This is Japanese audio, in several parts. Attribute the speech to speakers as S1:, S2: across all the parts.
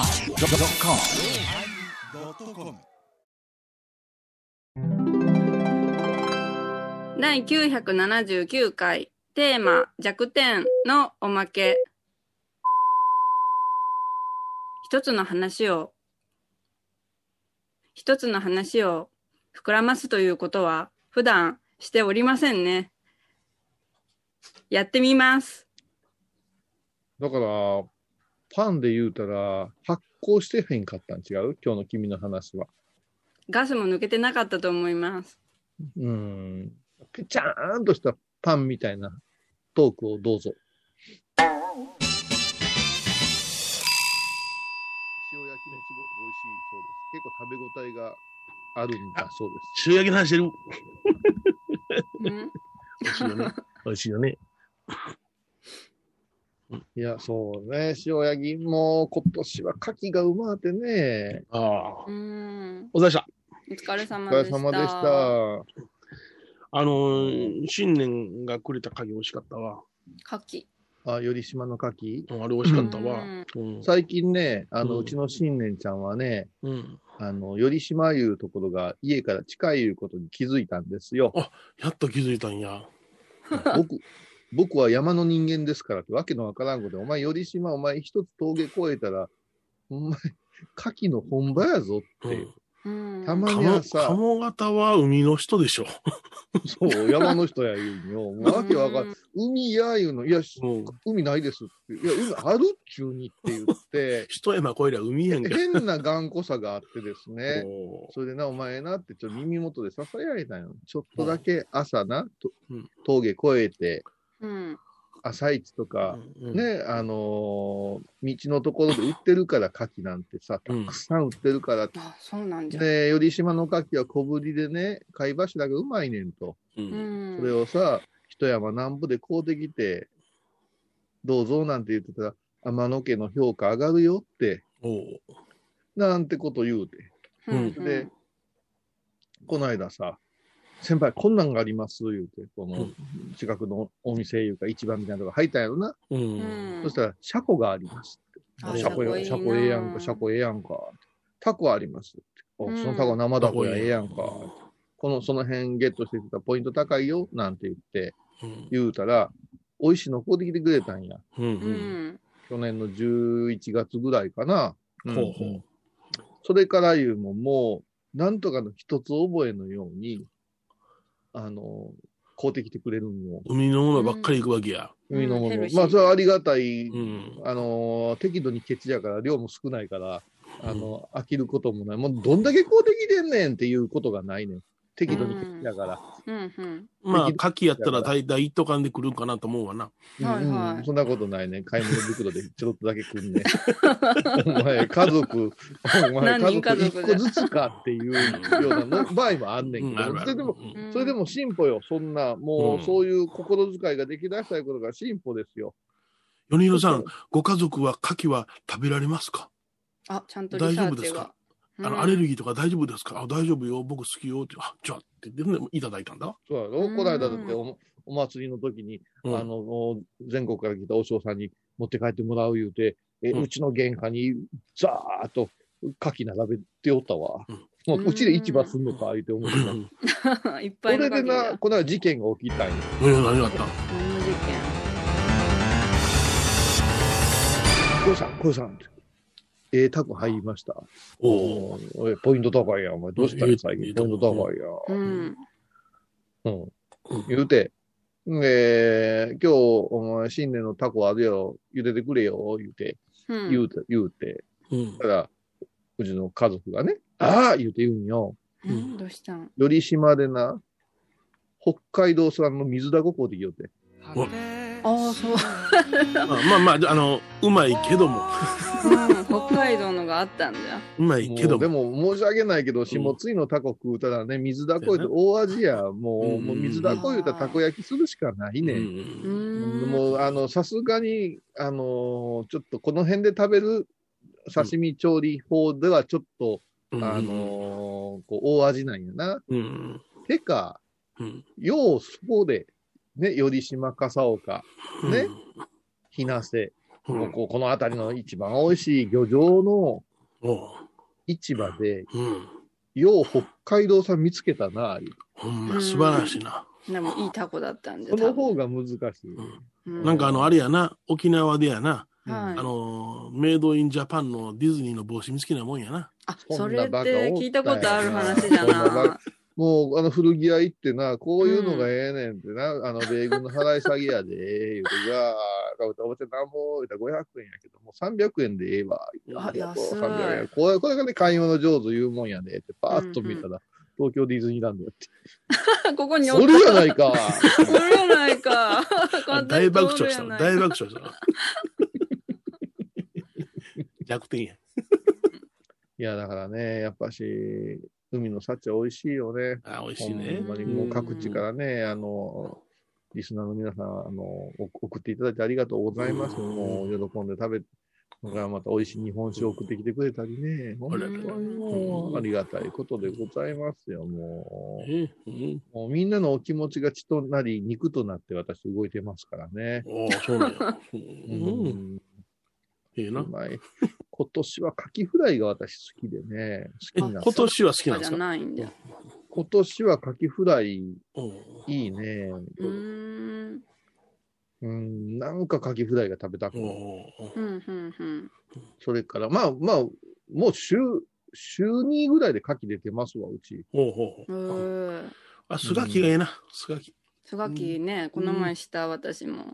S1: YONNIRI.com
S2: 第979回テーマ弱点のおまけ一つの話を一つの話を膨らますということは普段しておりませんねやってみます
S3: だから、パンで言うたら、発酵してへんかったん違う今日の君の話は。
S2: ガスも抜けてなかったと思い ます
S3: うん。ぺちゃーんとしたパンみたいなトークをどうぞ。塩焼きもすごく美味しいそうです。結構食べ応えがあるんだそうで
S4: 塩焼きの話して
S2: う
S4: る。
S2: ん
S4: 美味し いよね。美味しいよね。
S3: す。いや、そうね。塩焼きも今年は牡蠣がうまってね。
S4: ああ。
S2: うーん
S4: お疲れ様でした。
S2: お疲れ
S3: お
S2: 様
S3: 疲
S2: で
S3: れ
S2: した
S3: 様でした。
S4: あのー新年がくれた鍵美味しかったわ。
S2: 牡蠣
S3: あ、寄島の牡蠣。
S4: うんあれ美味しかった
S2: う
S4: わ。
S2: ん
S4: うん。
S3: 最近ね、あの、う
S4: う
S3: んちの新年ちゃんはね、
S4: うん。
S3: あの、寄島いうところが家から近いいうことに気づいたんですよ。
S4: やっと気づいたんや。
S3: 僕、僕は山の人間ですからってわけのわからんことで、お前寄島、お前一つ峠越えたら、お前、牡蠣の本場やぞっ
S4: う
S3: て
S4: ん。、
S2: うん
S3: たまに
S4: 鴨
S3: は
S4: 鴨
S3: さ、
S4: 型は海の人でしょ。
S3: そう、山の人や言うに よ、もうわけわからん。海や言うの、いや、し
S4: うん。
S3: 海ないですって。いや、海あるっちゅうにって言って、
S4: 一山越えりゃ海やんけ。
S3: 変な頑固さがあってですね。
S4: おー
S3: それでな、お前なって、ちょっと耳元でささやいたんよ。ちょっとだけ朝な、と
S4: うん
S3: 峠越えて、
S2: うん
S3: 朝市とか、
S4: うん
S3: ね、あのー道のところで売ってるから、牡蠣なんてさ、た
S4: うん
S3: くさん売ってるから。
S2: あそうなんじゃ、
S3: で、寄島の牡蠣は小ぶりでね、貝柱がうまいねんと。
S4: う。
S2: うんん
S3: それをさ、一山南部で買うてきて、どうぞなんて言ってたら、天野家の評価上がるよって、
S4: おー
S3: なんてこと言うて。
S2: うんうん
S3: でこの間さ、先輩、こんなんがあります、言うて、こ
S4: う
S3: の近くのお店いうか、市場みたいなとこ入ったんやろな。
S4: う。
S2: うんん
S3: そしたら、車庫があります。
S2: あ
S3: 車
S2: 車庫
S3: 庫
S2: いいな
S3: や、車庫ええやんか、車庫ええやんか。タコあります。お
S2: うん
S3: そのタコ生タコや
S4: うん
S3: ええやんか。この、その辺ゲットしてきたらポイント高いよ、なんて言って、
S4: うん。
S3: 言うたら、美味しいの買うてきてくれたんや。
S4: う。
S2: うんん
S3: 去年の11月ぐらいかな。
S4: ほ
S3: う
S4: うんほう。
S3: それから言うも、もう、なんとかの一つ覚えのように、あの、買うてきてくれるんよ。
S4: 海のものばっかり行くわけや。
S2: うん
S3: 海のも
S2: ヘ
S3: の
S2: ル。シー
S3: まあ、それはありがたい。
S4: うん。
S3: あの、適度にケチやから、量も少ないから、あの、飽きることもない。もう、どんだけ買うてきてんねんっていうことがないねん。適度にケチやから。
S2: うんうん
S4: まあ、牡蠣やったら大体一斗缶で来るんかなと思うわな。
S2: うんはいはい
S3: うんそんなことないね。買い物袋でちょろっとだけ来んね。お前、家族、お前、
S2: 何
S3: 家
S2: 人家族
S3: 族一個
S2: で
S3: ずつかっていうようなの場合もあんね
S4: うんん、
S3: け
S4: ある
S3: ど、そ
S4: あ
S3: れ
S4: る
S3: でも、
S4: うん
S3: それでも進歩よ。そんな、も
S4: う
S3: う、
S4: ん
S3: そういう心遣いができだしたいことが進歩ですよ。
S4: 米広さん、ご家族は牡蠣は食べられますか、
S2: あちゃんとリサーチが
S4: あのアレルギーとか大丈夫ですかあ大丈夫よ、僕好きよって、あじゃあって言って、ね、いただいたんだ。
S3: そうや
S2: う
S3: ろ
S2: ん
S3: こないだだってお、お祭りの時に、
S4: うん
S3: あの、全国から来たお尚さんに持って帰ってもらう言うて、え、
S4: う
S3: うんちの玄関にザーッと牡蠣並べておったわ。
S4: う
S3: うんもううちで市場すんのか、言うて思ってた。
S2: うん いっ
S3: そ
S2: ぱいの
S3: れで
S2: 鍵が
S3: な、この間事件が起きたんよ
S4: えー何があった
S2: 何の事件
S3: こうさん、こうさんって。ええタコ入りました。
S4: おお、
S3: おいポイント高いやん。お前どうした
S4: ええ
S3: ん最近。ポイント高いや
S2: うん
S3: ん。うん。
S4: うん
S3: 言うて。えー、今日、お前、新年のタコあるよ。茹でてくれよ。言うて。
S2: うん
S3: 言うて、言うて。
S4: うん
S3: たら、うちの家族がね、ああ言うて言うんよ。
S2: うんどうしたん
S3: より島でな、北海道産の水だここできよって。
S2: ああそう、
S4: まあまあ、まあ、あのうまいけども、
S2: うん、北海道のがあったんだ
S4: うまいけど
S3: もうで
S4: も、
S3: も申し訳ないけど、下津井のタコ食うたらね、水だこ言うて大味や。も
S4: う
S3: う、
S4: ん
S3: もう水だこ言うたらたこ焼きするしかないうね。
S2: うんん
S3: もう、あの、さすがに、あのーちょっとこの辺で食べる刺身調理法ではちょっと、
S4: うん
S3: あのーこう、大味なんやな。
S4: うん
S3: てか、
S4: うん
S3: ようそこで、ね、より島笠岡、
S4: うん
S3: ね、日なせ、
S4: う
S3: こ
S4: ん。
S3: ここの辺りの一番美味しい漁場の
S4: おう
S3: 市場で、
S4: うん。
S3: よう北海道産見つけたな、いう
S4: ほんま、素晴らしいな。
S2: でもいいタコだったんで。
S3: その
S2: 多分
S3: 方が難しい。
S2: うん
S4: なんかあの、あれやな、沖縄でやな、
S2: はい
S4: あの、メイドインジャパンのディズニーの帽子見つけなもんやな。
S2: あ、
S3: そ
S2: そ
S3: ん
S2: れ
S3: な
S2: って
S3: バカおったんやな
S2: 聞いたことある話だ
S3: そんな
S2: な
S3: バ。もう、あの、古着屋行ってな、こういうのがええねんってな、あの、米軍の払い下げ やで、言うて、じゃあ、買うたお茶なんぼ、言うたら500円やけど、もう300円でええわ、言うて
S2: あ
S3: ありがとう
S2: 安い
S3: 300円。これ、これがね、買い物上手言うもんやで、って、パーッと見たら、東京ディズニーランドやって。
S2: ここにおっ
S3: それじゃ
S2: た。
S3: ないか
S2: それやないか。
S4: 大爆笑した。
S2: 大
S4: 大爆笑 した。弱点や。
S3: いや、だからね、やっぱし、海の幸は美味しいよね。
S4: あ、美味
S3: ほ
S4: しいね
S3: ん。まにもう各地からね、あの、リスナーの皆さん、あの、お送っていただいてありがとうございます。
S4: うん
S3: もう、喜んで食べ、だからまた美味しい日本酒を送ってきてくれたりね。本当にもう、ありがたいことでございますよ、もう。
S4: えうん。
S3: もうみんなのお気持ちが血となり、肉となって私動いてますからね。
S4: おーそうなんや。うん。いいな
S3: う。まい。今年はカキフライが私好きでね、
S4: え、
S3: 好きなん
S4: 今
S3: ですよ
S4: 年は好きなんで
S2: じ
S4: す
S2: ゃ
S4: か
S2: ないんだよ。
S3: 今年はカキフライ
S4: うん
S3: いいね。
S2: うーん。
S3: うん、なんかカキフライが食べたくなる
S4: おー
S2: うんうんうん。
S3: それから、まあまあ、もう週、週2ぐらいで牡蠣出てますわ、うち。
S4: おーお
S2: う
S4: ー
S2: ーん。
S4: あ、スガキがええな。スガキ。
S2: スガキね、この前した私も。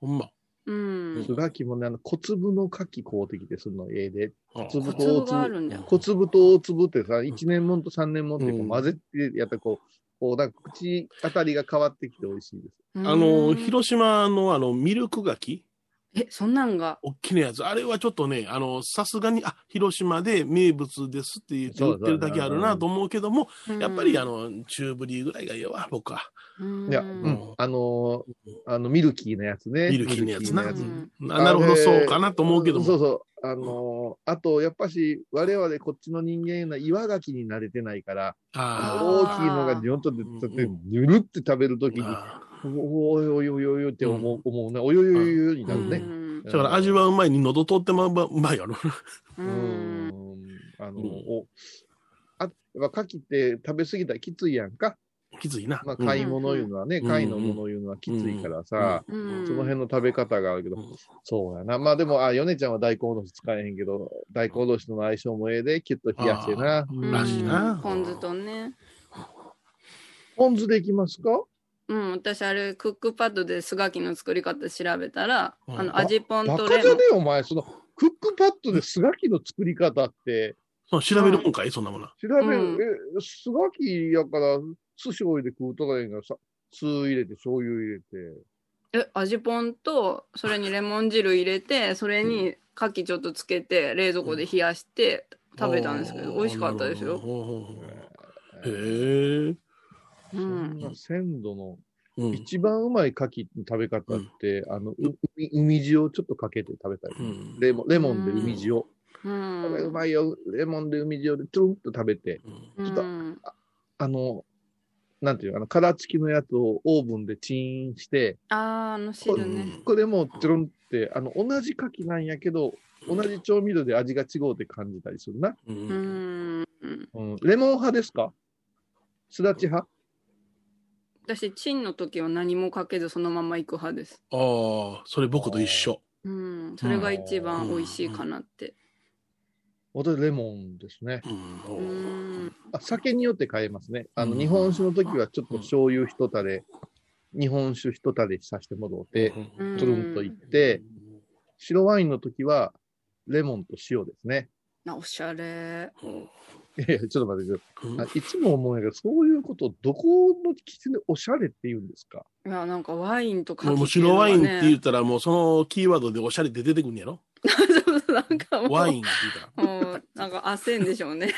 S4: ほんま。
S2: うん
S3: す。がきもね、あの、小粒の牡蠣買うてきてするの、ええで。
S4: あー
S3: 小
S2: コ
S3: 粒と
S2: ツ
S3: 大
S2: があるんだ
S3: 粒。
S2: よ。
S3: 小粒と大粒ってさ、1年もんと3年もんってこ
S4: う
S3: うん混ぜて、やったらこう、こう、なんか口当たりが変わってきて美味しいです。
S2: あ
S4: あの、広島のあの、ミルクガキ
S2: え、そんなんが。
S4: 大きなやつ。あれはちょっとね、あの、さすがに、あ、広島で名物ですって言って
S3: そう
S4: 売っ
S3: そう
S4: てるだけあるなと思うけども、
S2: うん
S4: やっぱりあ、の、中ぶりぐらいがいいわ、僕は。
S2: うん
S3: いや、う
S4: うん
S3: ん。あのーあの、ミルキーなやつね。
S4: ミルキーなやつな。
S3: ミル
S2: う
S3: キーなや
S2: ん
S4: ななるほど、
S3: あれ
S4: そうかなと思うけども。
S3: そうそう。あのーあと、やっぱし、我々こっちの人間な岩牡蠣に慣れてないから、
S4: あ
S2: あ
S3: 大
S4: ー
S3: きいのがジョンと出て、ぬるって食べるときに、
S4: あ
S3: おいおいおいおいおいって思う、思うね。おいおいおいおいになるね。
S2: うん
S4: ー。だから味
S3: は、
S4: わう前に喉通ってまうばうまいやろ。
S2: う。
S3: うんん。あの、
S4: うん
S3: お、あ、やっぱ牡蠣って食べ過ぎたらきついやんか。
S4: きついな。
S3: まあ、
S4: うん
S3: 買い物いうのはね、
S4: うん
S3: 貝のものいうのはきついからさ、
S2: うん
S3: その辺の食べ方があるけど
S4: うん、
S3: そうやな。まあでも、あ、ヨネちゃんは大根おろし使えへんけど、大根おろしの相性もええで、キュッと冷やしてな。
S2: うん
S4: らしいな。
S2: ポン酢とね。
S3: ポン酢でいきますか
S2: うん、私あれ、クックパッドでスガキの作り方調べたら、
S4: うん
S2: あの、味ポン
S3: バ
S2: と
S3: カ
S2: レ
S3: じ
S2: モ
S3: ゃ
S2: ン
S3: ね。えよ、お前。その、クックパッドでスガキの作り方って、
S4: そう調べるもんかいそんなものは。
S3: 調べる、
S2: うん
S3: え、スガキやから、寿司置いて食うとかやんからさ、酢入れて、醤油入れて。
S2: え、味ポンと、それにレモン汁入れて、それに牡蠣ちょっとつけて、冷蔵庫で冷やして食べたんですけど、美味しかったですよ。
S4: よへ
S3: え
S4: え。
S2: う
S3: そ
S2: ん
S3: ん。な鮮度の、
S4: うん
S3: 一番うまい牡蠣の食べ方って、あの、う海海塩をちょっとかけて食べたり、
S4: うん
S3: レモン、レモンで海塩。
S2: う
S3: あ
S2: ん。
S3: れうまいよ、レモンで海塩でトゥルンと食べて、
S4: うん
S2: う
S3: ちょっと
S2: ん。
S3: あの、なんていうのかな、殻付きのやつをオーブンでチーンして、
S2: あー、あの汁ね。
S3: これもちょろんって、あの、同じ牡蠣なんやけど、同じ調味料で味が違うって感じたりするな。
S4: う
S2: うんん。うん
S3: うん。レモン派ですかすだち派
S2: 私、チンの時は何もかけずそのまま行く派です。
S4: ああ、それ僕と一緒。
S2: うん。それが一番美味しいかなって。
S3: 私、レモンですね。
S4: うんお
S2: う
S4: ー
S2: ん。
S3: あ、酒によって変えますね。あ
S4: う
S3: の、
S4: ん
S3: 日本酒の時はちょっと醤油一たれ、日本酒一たれさせてもろって、
S4: うん
S3: トゥルンといって、白ワインの時は、レモンと塩ですね。
S2: なおしゃれ。
S4: うん
S3: いやいや、ちょっと待ってくだ
S4: うん
S3: さいあ。いつも思うんやけど、そういうこと、どこの基準でおしゃれって言うんですか
S2: いや、なんかワインとか、
S4: もう白ワインって言ったら、もうそのキーワードでおしゃれって出てくるんやろ
S2: う。なんかもう。
S4: ワインって言ったら。
S2: もう、なんか焦んでしょうね。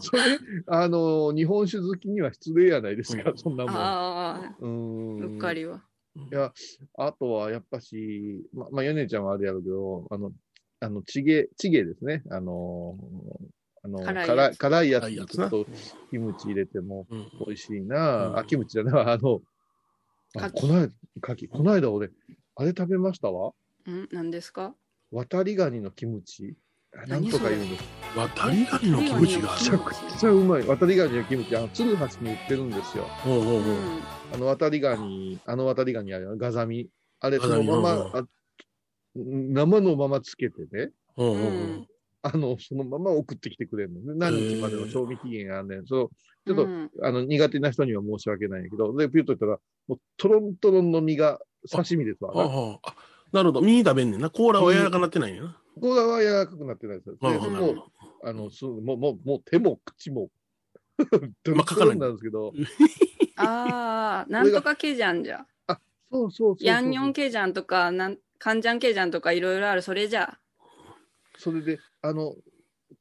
S3: それ、あの、日本酒好きには失礼やないですか
S4: う、ん
S3: そんなも
S2: あ
S3: ん。
S2: あ、
S3: う
S2: うっ
S3: ん。
S2: かりは。
S3: いや、あとはやっぱし、ま、まあ、ヨネちゃんはあれやろうけど、あの、あの、チゲ、チゲですね。あの、あの、
S2: 辛いやつ
S3: 辛い辛いやつ
S4: あいいや
S3: に
S4: つ
S3: ちょ
S4: な
S3: っ。とキムチ入れても
S4: うん
S3: 美味しいな。
S4: うん
S3: あ、キムチじゃない、あの、
S2: 牡
S3: あ
S2: 蠣
S3: こないだ、牡蠣、こないだ俺、あれ食べましたわ。
S2: ん何ですか
S3: 渡りガニのキムチ。あなん
S2: 何
S3: と
S2: そ
S3: か
S2: れ
S3: 言うんです。
S4: 渡りガニのキムチがあ
S3: め
S4: る
S3: ちゃくちゃうまい。渡りガニのキムチ、あの、鶴橋に売ってるんですよ。
S4: ほうほう
S2: う
S4: ほうん
S3: あの渡りガニ、あの渡りガニあるよガザミ。あれ、
S4: ガ
S3: そ
S4: ザ
S3: の
S4: ミ
S3: まま、
S4: うんうん
S3: あ生のままつけてね、
S4: ほうほうほ
S2: うん
S4: う
S3: あの、そのまま送ってきてくれるのね。何日までの賞味期限あんねん。そう、ちょっと、
S2: うん
S3: あの、苦手な人には申し訳ないんやけど、で、ピュッと言ったら、もう、トロントロンの身が刺身ですわ
S4: ほう
S3: な。
S4: ほうあなるほど身食べんねんな甲羅は柔らかなってないんやな
S3: ここは柔らかくなってないですよ。
S4: な
S3: で
S4: るほどな
S3: も
S4: るほ
S3: う、
S4: ど
S3: あの、すもう、もう、もう手も口 も、トロ
S4: ま
S3: ン
S4: あ
S3: ト
S4: 書か
S3: ロ
S4: ない
S3: ンなんですけど、
S2: ああ、なんとかケジャンじゃ。
S3: そうそうそうそう。
S2: ヤンニョンケジャンとか、なんカンジャンケジャンとかいろいろある、それじゃ。
S3: それで、あの、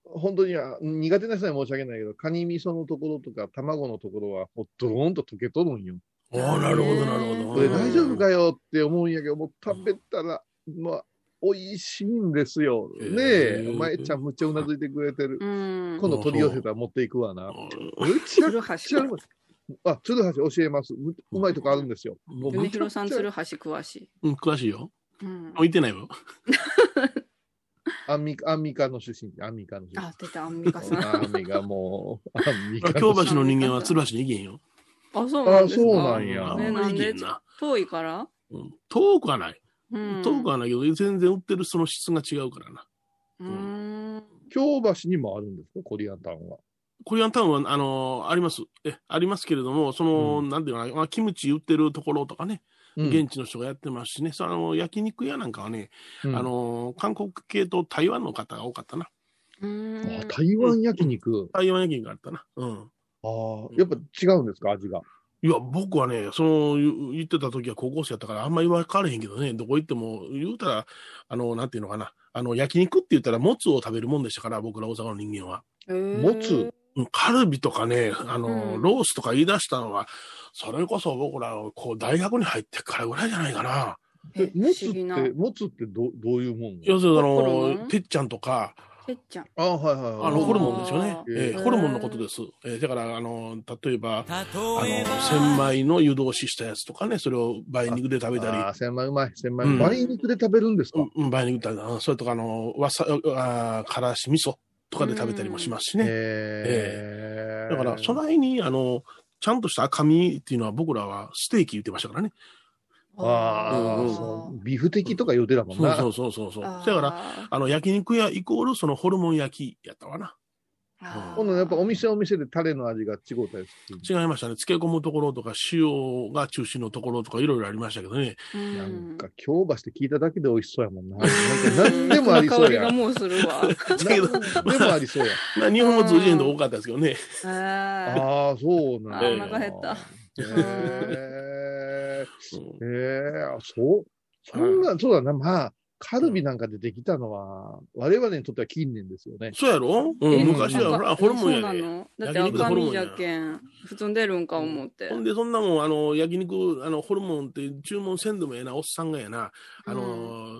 S3: 本当にあ苦手な人には申し訳ないけど、カニ味噌のところとか、卵のところは、もうドローンと溶けとるんよ。
S4: ああなるほどなるほ
S3: こ
S4: ど
S2: う
S3: れ
S2: ん
S3: 大丈夫かよって思うんやけど、もう食べたら、まあ、美味しいんですよ。ねえ
S4: へえ、
S3: まえちゃん、むっちゃうなずいてくれてる
S2: う。ん。
S3: 今度取り寄せたら持っていくわな。
S4: う
S3: むちゃ
S2: 鶴
S3: くちゃう
S2: 橋。
S3: まい。あ、鶴橋教えます。ううまいとこあるんですよ。もう
S2: 梅
S3: むちゃ
S2: 広
S3: くち
S2: さん
S3: ゃ
S2: 鶴橋詳しい。
S4: ん詳しいよ
S2: うん。
S4: 置いてないよ
S3: アンミカ、アンミカの出身地、アンミカの出身地。
S2: あ、出た、アンミカさん。
S3: アンミカもう、アンミカ
S4: 京
S3: の出身地。
S4: 橋の人間は鶴橋に行けへんよ
S2: あ、そうなんですか。
S3: そうなんや
S4: あ
S2: ね
S4: んま
S2: な
S4: り
S2: ん
S4: 行けへ
S2: で
S4: んな
S2: 遠いから。
S4: うん遠くはない
S2: うん。
S4: 遠くはないけど全然売ってるその質が違うからな
S2: うーん。
S3: 京橋にもあるんですか、コリアンタウンは。
S4: コリアンタウンは、あのーあります。え、ありますけれども、その、
S3: う
S4: なんていうかな、まあ、キムチ売ってるところとか
S3: う
S4: ね、
S3: ん
S4: 現地の人がやってますしね、その、焼肉屋なんかはね、
S3: うん
S4: あのー韓国系と台湾の方が多かったな。
S2: うー
S3: あ
S2: ん。
S3: 台湾焼肉。
S4: 台湾焼肉があったな。うん。
S3: ああ、やっぱ違うんですか、味が。
S4: いや、僕はね、その、言言ってた時は高校生やったから、あんまり分かれへんけどね、どこ行っても、言うたら、あの、なんていうのかな、あの、焼肉って言ったら、もつを食べるもんでしたから、僕ら大阪の人間は。
S2: えー
S3: もつ。
S4: うんカルビとかね、あの、
S2: うん
S4: ロースとか言い出したのは、それこそ僕ら、こう、大学に入ってからぐらいじゃないかな。
S2: え
S3: え、もつ
S2: 不思議な
S3: って、もつってどどういうもん
S4: 要するに、あ
S2: ホルモ
S4: の、
S2: ン
S4: てっちゃんとか、
S2: てっちゃん。
S3: ああ、はいはい
S4: あ
S3: は
S4: の、
S3: い。
S4: ホルモンですよね。
S3: へえ
S4: えーホルモンのことです。えーだから、あの、例えば、
S1: あ
S4: あの、
S1: の
S4: 千枚の湯通ししたやつとかね、それを梅肉で食べたり
S3: あ、あ、千枚うまい、千枚
S4: う
S3: うんまい。梅肉で食べるんですか、
S4: うんうん、梅肉だな、それとか、あの、わさ、あーからし味噌とかで食べたりもしますしね。
S3: へえ
S4: だから、その間に、あの、ちゃんとした赤身っていうのは僕らはステーキ言ってましたからね。
S3: ああ、
S4: うんうん
S3: そうビフテキとか言うてたもん
S4: そう
S3: な。
S4: そうそうそうそう。だ
S2: あー
S4: から、、あの、焼肉屋イコールそのホルモン焼きやったわな。
S2: あー
S3: 今度やっぱお店お店でタレの味が違うたりする。
S4: 違いましたね。漬け込むところとか、塩が中心のところとか、いろいろありましたけどね。
S2: うん
S3: なんか、京橋って聞いただけで美味しそうやもん な。
S4: ん
S3: なんか何でもありそ
S2: 香
S3: う
S2: り
S3: や
S2: が。もうするわ。
S3: 何でもあり そうや。
S4: まあ、日本語通じへんと多かったですけどね。
S2: あ
S3: ああ、そうなんや
S4: あーお
S2: 腹減った。
S3: へえ。
S4: うん
S3: ええあそう。そんな、そうだな、まあ、カルビなんか出てきたのは、我々にとっては近年ですよね。
S4: そうやろ、うん
S2: え
S4: 昔はほら、ホルモン
S2: そ
S4: や
S2: うな
S4: で、
S2: のだって赤身じゃけん。普通に出るんか思って
S4: ほ。んで、そんなもん、あの、焼肉、あの、ホルモンって注文せんでもええな、おっさんがやな、あのー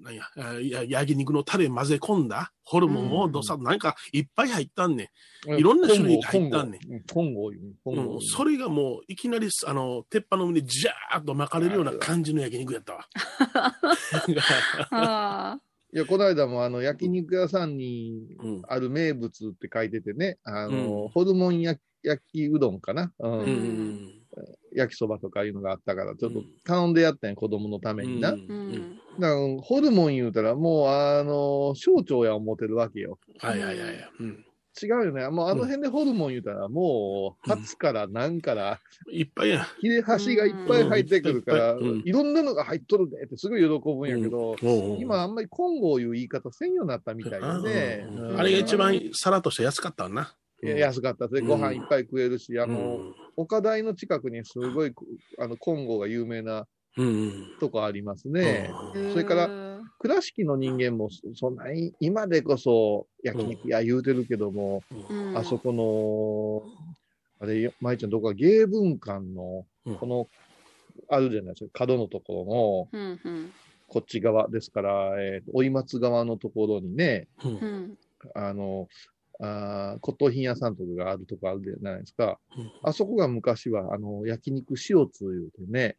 S4: なんやあや、焼肉のタレ混ぜ込んだホルモンをどさ、なんかいっぱい入ったんねん。いろんな種類が入ったんね
S3: トンゴ。トンゴ。トンゴ
S4: うん、それがもういきなりあの鉄板の上にジャーッと巻かれるような感じの焼肉やったわ。なんか
S2: あ
S3: いや、この間も、あの、焼肉屋さんに
S4: うん
S3: ある名物って書いててね、あの、
S4: うん
S3: ホルモン焼き焼きうどんかな、うん
S4: うん
S3: 焼きそばとかいうのがあったから、ちょっ
S4: う
S3: と
S4: ん
S3: 頼んでやったんや、子供のた
S4: う
S3: めに
S4: ん
S3: な。
S2: ーうん。
S3: だから、ホルモン言うたら、もう、あの、省庁や思ってるわけよ。
S4: はいはいはいはい、うん。
S3: 違うよね。もうあの辺でホルモン言うたら、もう、
S4: うん
S3: ハツから何から、
S4: いっぱいやん。
S3: 切れ端がいっぱい入ってくるから、
S4: うんうん
S3: いろんなのが入っとるねってすごい喜ぶんやけど、
S4: おうおう
S3: 今あんまりコンゴいう言い方せんようになったみたい
S4: あ
S3: でね。
S4: うん
S3: うん
S4: あれが一番さらっとして安かったわな。
S3: いや安かったで、
S4: うん
S3: ご飯いっぱい食えるし、あ
S4: うん
S3: の、岡台の近くにすごい、あの、金剛が有名な
S4: うんうん
S3: とこありますね。
S2: うん
S3: それから
S2: うん
S3: 倉敷の人間も、そそんなに、今でこそ焼肉屋言うてるけども、
S2: うん
S3: あそこの、あれ、舞ちゃんどこか芸文館の
S4: うん、
S3: この、あるじゃないですか、角のところの、
S2: うんうん
S3: こっち側ですから、えー、おい松側のところにね、
S4: う
S2: うんん
S3: あの、あー骨董品屋さんとかがあるとこあるじゃないですか。
S4: うん
S3: あそこが昔は、あの、焼肉塩通いうてね、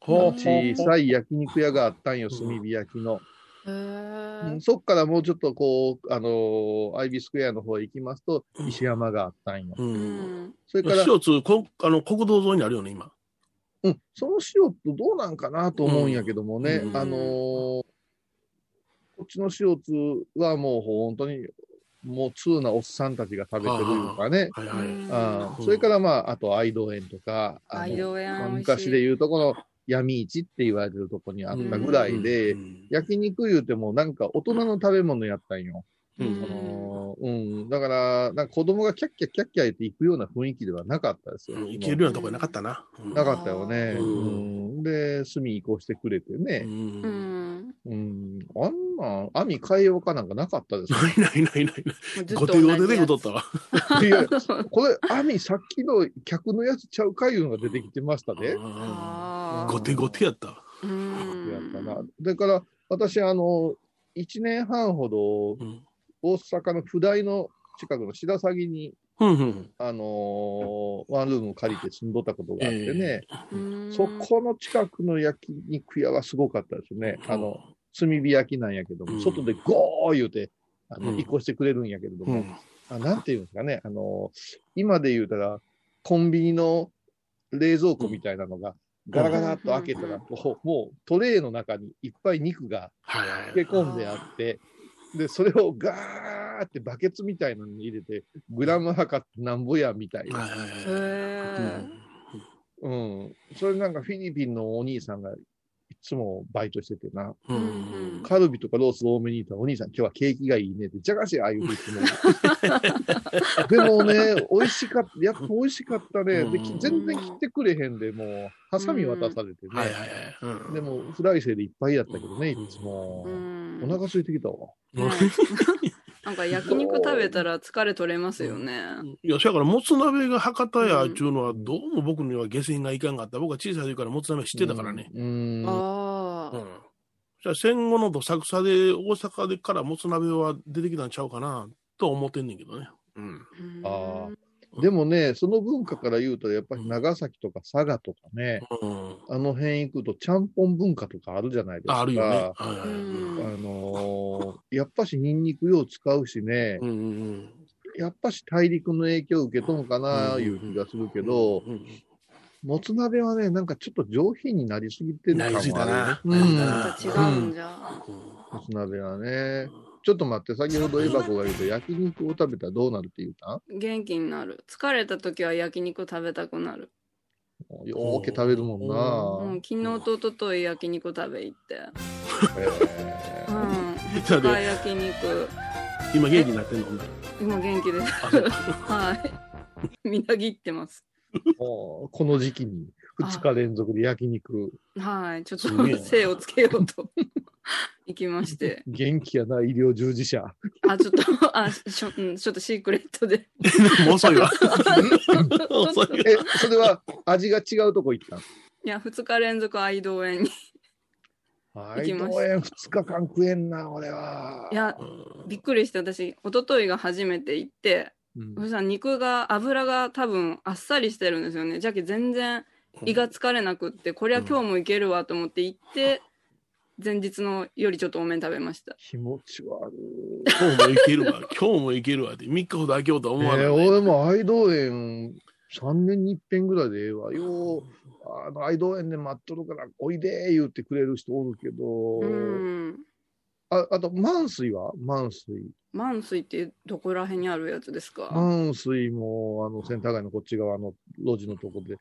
S4: ほうほう
S3: 小さい焼肉屋があったんよ、炭火焼きの。
S2: へー
S3: そっからもうちょっとこう、あのーアイビースクエアの方へ行きますと
S4: う、ん
S3: 石山があったんよ。
S4: う。
S2: うんん。
S3: それから、
S4: 一つ、こあの国道沿いにあるよね、今。
S3: うん、その塩ってどうなんかなと思うんやけどもね、
S4: うん
S3: あのーこっちの塩津はもう本当に、もう通なおっさんたちが食べてるとかね、
S4: はいはい。
S2: うん
S3: あ
S4: あ
S3: それからまあ、あと愛道園とか、あ
S2: 愛
S3: の
S2: 道園美味しい。
S3: 昔で言うとこの闇市って言われるとこにあったぐらいで、
S4: うん
S3: 焼肉言うてもなんか大人の食べ物やったんよ。
S4: う
S3: そ
S4: ん
S3: のうん、だから、なんか子供がキャッキャッキャッキャ言って行くような雰囲気ではなかったですよ。
S4: うんいけるようなとこなかったな。うん
S3: なかったよね。
S4: う
S3: うんん、で、隅移行してくれて
S4: う
S3: ね。
S2: うんん。も
S3: うん、あんなん、網変えようかなんかなかったですよ
S4: ないないないないな
S2: うず
S4: い。
S2: っ
S4: 後
S2: と
S4: 手後
S2: 同
S4: 手でこ
S2: じ
S4: とったわ。
S3: いや、
S2: やつそう
S3: これ、網さっきの客のやつちゃうかいうのが出てきてましたね。
S2: あー
S4: 後手後手やったわ。
S2: う
S3: やっ
S2: ん
S3: たな。だから、私、あの、1年半ほど
S4: うん
S3: 大阪の普代の近くの白鷺に、
S4: うんうん。
S3: あのーワンルームを借りて住んどったことがあってね、
S2: うん
S3: そこの近くの焼肉屋はすごかったですね。あの、炭火焼きなんやけども、
S4: うん
S3: 外でゴー言うて、あの、
S4: うん
S3: 移行してくれるんやけれど
S4: う
S3: も、
S4: ん、
S3: あなんていうんですかね、あの、今で言うたら、コンビニの冷蔵庫みたいなのが、ガラガラっと開けた
S2: う
S3: ら、
S2: ん
S3: こうもうトレーの中にいっぱい肉が
S4: はいはいはい。
S3: 漬け込んであって、で、それをガーってバケツみたいなのに入れて、グラム測ってなんぼやみたいな。
S4: はいはい
S2: へ
S4: はい
S2: ー
S3: うん。それなんかフィリピンのお兄さんがいつもバイトしててな、
S4: うん
S2: うんうん
S3: カルビとかロース多めにいたらお兄さん、今日は景気がいいねって、じゃがしああいうふうに言っても。でもね、美味しかった、やっぱ美味しかったね。で、き全然切ってくれへんで、もう、ハサミ渡されて
S4: はいはい
S3: ね。
S4: はい。うん
S3: でも、フライ生でいっぱいやったけどね、いつも
S2: う。ん
S3: お腹空いてきたわ。
S4: うん
S2: ねなんか焼肉食べたら疲れ取れますよね。
S4: いや、そやから、もつ鍋が博多屋っちゅうのは、どうも僕には下船がいかんかった。僕は小さい時からもつ鍋知ってたからね。
S3: うん。うん。
S2: あ
S4: う
S2: あ。
S4: ん。じゃあ戦後のどさくさで、大阪でからもつ鍋は出てきたんちゃうかな、と思ってんねんけどね。うん。
S2: うん
S3: あでもね、その文化から言うと、やっぱり長崎とか佐賀とかね、
S4: うん、
S3: あの辺行くと、ちゃんぽん文化とかあるじゃないですか。
S4: ああるよね。はいはいはい
S2: うん
S3: あのーやっぱしニンニクよう使うしね、
S4: うんうんうん。
S3: やっぱし大陸の影響を受けとんかなあいう気がするけど、
S4: うんうん
S3: もつ鍋はね、なんかちょっと上品になりすぎてる
S4: な
S3: 感も
S4: りすぎた
S3: あ
S4: な。
S3: るよね
S2: また違うんじゃ。
S3: うん。もつ鍋はね。ちょっと待って、先ほどエバコが言うと、焼肉を食べたらどうなるって言うた
S2: 元気になる。疲れた時は焼肉食べたくなる。
S3: よーけ食べるもん
S2: う、
S3: なん
S2: 昨日と一昨日焼肉食べ行って。
S3: え
S2: う
S3: ー
S2: ん。
S4: だって
S2: 深い焼肉。
S4: 今元気になってんのほんなら
S2: 今元気です。
S4: あそうか
S2: はい。みなぎってます。
S3: もうこの時期に2日連続で焼肉、
S2: はい。ちょっ
S4: すげえ
S2: と精をつけようと行きまして。
S3: 元気やな、医療従事者。
S2: あ、ちょっと、あ、しょうん、ちょっとシークレットで。
S4: もう遅いわ。 遅いわ。
S3: え、それは味が違うとこ行ったの
S2: いや、2日連続愛道園に。
S3: はい、
S2: 行きました
S3: 公園2日間食えんな、俺は。
S2: いや、びっくりして、私、一昨日が初めて行って、
S3: うん、
S2: そしたら肉が、油が多分あっさりしてるんですよね。じゃけ全然胃が疲れなくって、こりゃ今日もいけるわと思って行って、前日のよりちょっと多めに食べました。
S3: 気持ち悪い。
S4: 今日もいけるわ。今日もいけるわって。3日ほど開けようとは思わない。
S3: えー俺も愛道園3年に一遍ぐらいでええわ。よう、あの愛道園で待っとるから、おいでー言ってくれる人おるけど、
S2: うん。
S3: ああと、満水は満水。
S2: 満水ってどこら辺にあるやつですか
S3: 満水も、あの、センター街のこっち側の路地のとこで、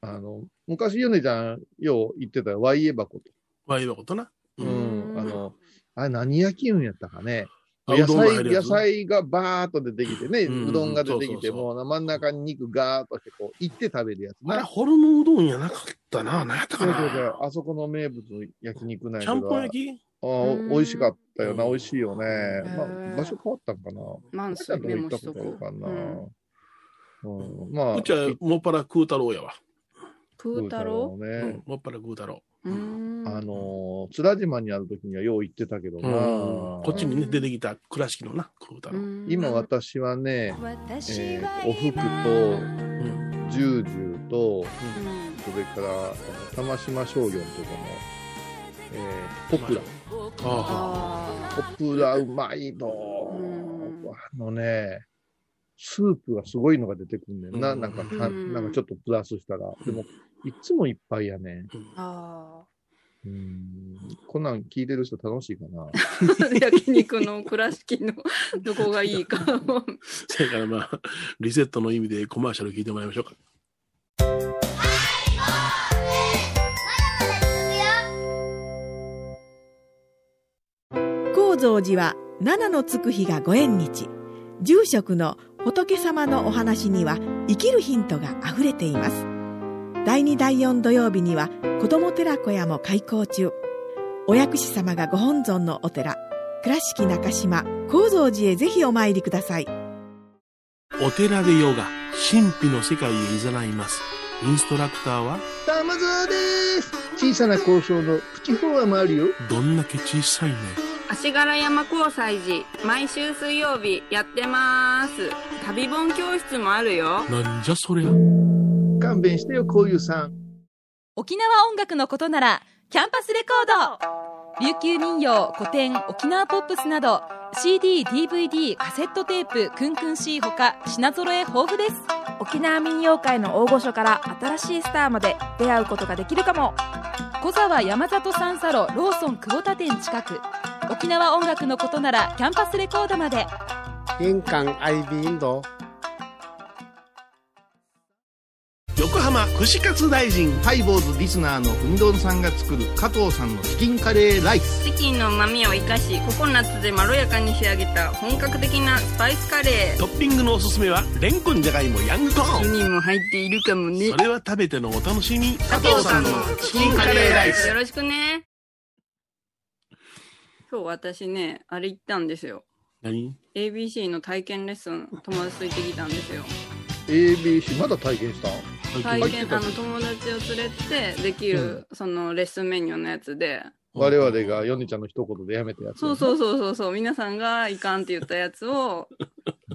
S3: あの、昔、ヨネちゃん、よう言ってたよ、ワイエ箱と。
S4: まあ、言えばことな。う
S3: うん
S2: ん、
S3: あの、あれ何焼きうんやったかね。
S4: あ
S3: 野
S4: うどんが入
S3: 菜
S4: るや
S3: 野
S4: つ
S3: 菜がバーっと出てきてね、
S4: うん
S3: うどんが出てきて、
S4: そうそうそ
S3: もう真ん中に肉ガーっとして、こう、いって食べるやつ
S4: あれ、
S3: な。
S4: ホルモンうどんやなかったな。何やったか
S3: そうそう
S4: な。
S3: そうあそこの名物の焼肉なん
S4: ち
S3: や
S4: ゃ
S3: け
S4: んぽん
S3: ど、
S4: 焼き
S3: あー美味しかったよな、
S4: うん
S3: 美味しいよね。ま
S2: へ
S3: あ、
S2: ー
S3: 場所変わったんかな。
S2: 満
S3: ち
S2: 水
S3: ゃんと
S2: メ
S3: 行っ
S2: モ
S3: た
S2: し
S3: ことと
S2: こ
S3: あるかな
S2: う。うん。
S3: うん、まあ、
S4: うちはもっぱら食う太郎やわ。
S2: 空太郎
S3: ね、
S4: うん、もっぱら食う太郎。
S2: うーん
S3: あのー、津田島にある時にはよう行ってたけどな、
S4: うんこっちにね、
S2: うん
S4: 出てきた倉敷のな、食う太郎。
S3: 今、私はね、
S1: 私
S3: え
S1: は
S3: ーおふくと
S4: うん。
S3: ジュージュー
S2: う
S3: と、
S2: ん
S3: それからあの玉島商業のとこの、えー、ポプラ
S4: あ
S2: あ
S3: ポプラうまいの、
S2: ん
S3: あのねスープがすごいのが出てくんねんな,、
S4: うん
S3: なんか
S4: うん
S3: たなんかちょっとプラスしたらでもいつもいっぱいやね
S2: あ。あ
S3: うんこんなん聞いてる人楽しいかな
S2: あ。 焼肉の倉敷のどこがいいか。
S4: それからまあ、リセットの意味でコマーシャル聞いてもらいましょうか。
S1: 高蔵寺は七のつく日がご縁日住職の仏様のお話には生きるヒントがあふれています第2第4土曜日には子ども寺小屋も開校中お薬師様がご本尊のお寺倉敷中島・高蔵寺へぜひお参りください
S4: お寺でヨガ、神秘の世界へ誘います。インストラクターは、
S3: 玉沢です小さな交渉のプチフォアもあるよ
S4: どんだけ小さいね。
S2: 足柄山交際時、毎週水曜日やってます。旅本教室もあるよ。
S4: なんじゃそりゃ。
S3: 勘弁してよこういうさん
S5: 沖縄音楽のことならキャンパスレコード琉球民謡古典沖縄ポップスなど CDDVD カセットテープクンクン C ほか品揃え豊富です
S6: 沖縄民謡界の大御所から新しいスターまで出会うことができるかも
S5: 小沢山里三佐路ローソン久保田店近く沖縄音楽のことならキャンパスレコードまで
S7: 玄関アイビーインド
S4: 横浜串カツ大臣。
S8: ハイボーズリスナーのうみどんさんが作る加藤さんのチキンカレーライス
S2: チキンの旨味を生かし、ココナッツでまろやかに仕上げた本格的なスパイスカレー。
S4: トッピングのおすすめは、レンコンじゃがいもヤングコーン。
S2: 人も入っているかもね
S4: それは食べてのお楽しみ。加
S8: 藤さんのチキンカレーライス
S2: よろしくね。今日私ね、あれ行ったんですよ。
S4: 何
S2: ABC の体験レッスン、友達と行ってきたんですよ。
S3: ABC まだ体験した
S2: 体
S3: 入って
S2: 験、
S3: た
S2: あの、友達を連れてできる、そのレッスンメニューのやつで、
S3: 我々がヨネちゃんの一言でやめたやつ、
S2: そうそうそうそうそう、皆さんがいかんって言ったやつを、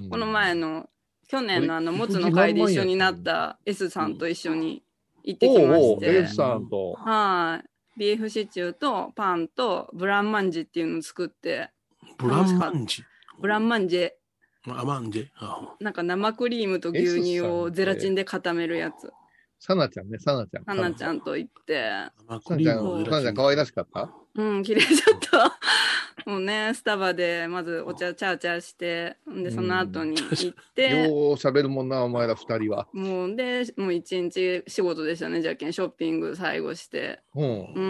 S3: うん
S2: この前の、去年のあの、もつの会で一緒になった S さんと一緒に行ってきま
S3: おう
S2: し
S3: おう、
S2: て。
S3: レンさんと。
S2: はい。ビーフシチューとパンとブランマンジっていうのを作って、
S4: ブランマンジ。
S2: ブランマンジェ、
S4: アマンジェ。あ
S2: なんか生クリームと牛乳をゼラチンで固めるやつ。
S3: サナちゃんね、サナちゃん。
S2: はなちゃんと行って、
S4: 生
S3: サ
S4: ク
S3: ナ
S4: リ
S3: ちゃ
S4: ー
S3: ん、
S4: ム
S3: サ
S4: をゼラチン
S3: ナちゃん可愛らしかった
S2: うん、綺麗だった。 もうね、スタバでまずお茶チャーチャーして、で、その後に行って、
S3: よう喋るもんな、お前ら二人は。
S2: もうで、もう一日仕事でしたね、じゃけん、ショッピング最後して。
S3: うん
S2: う。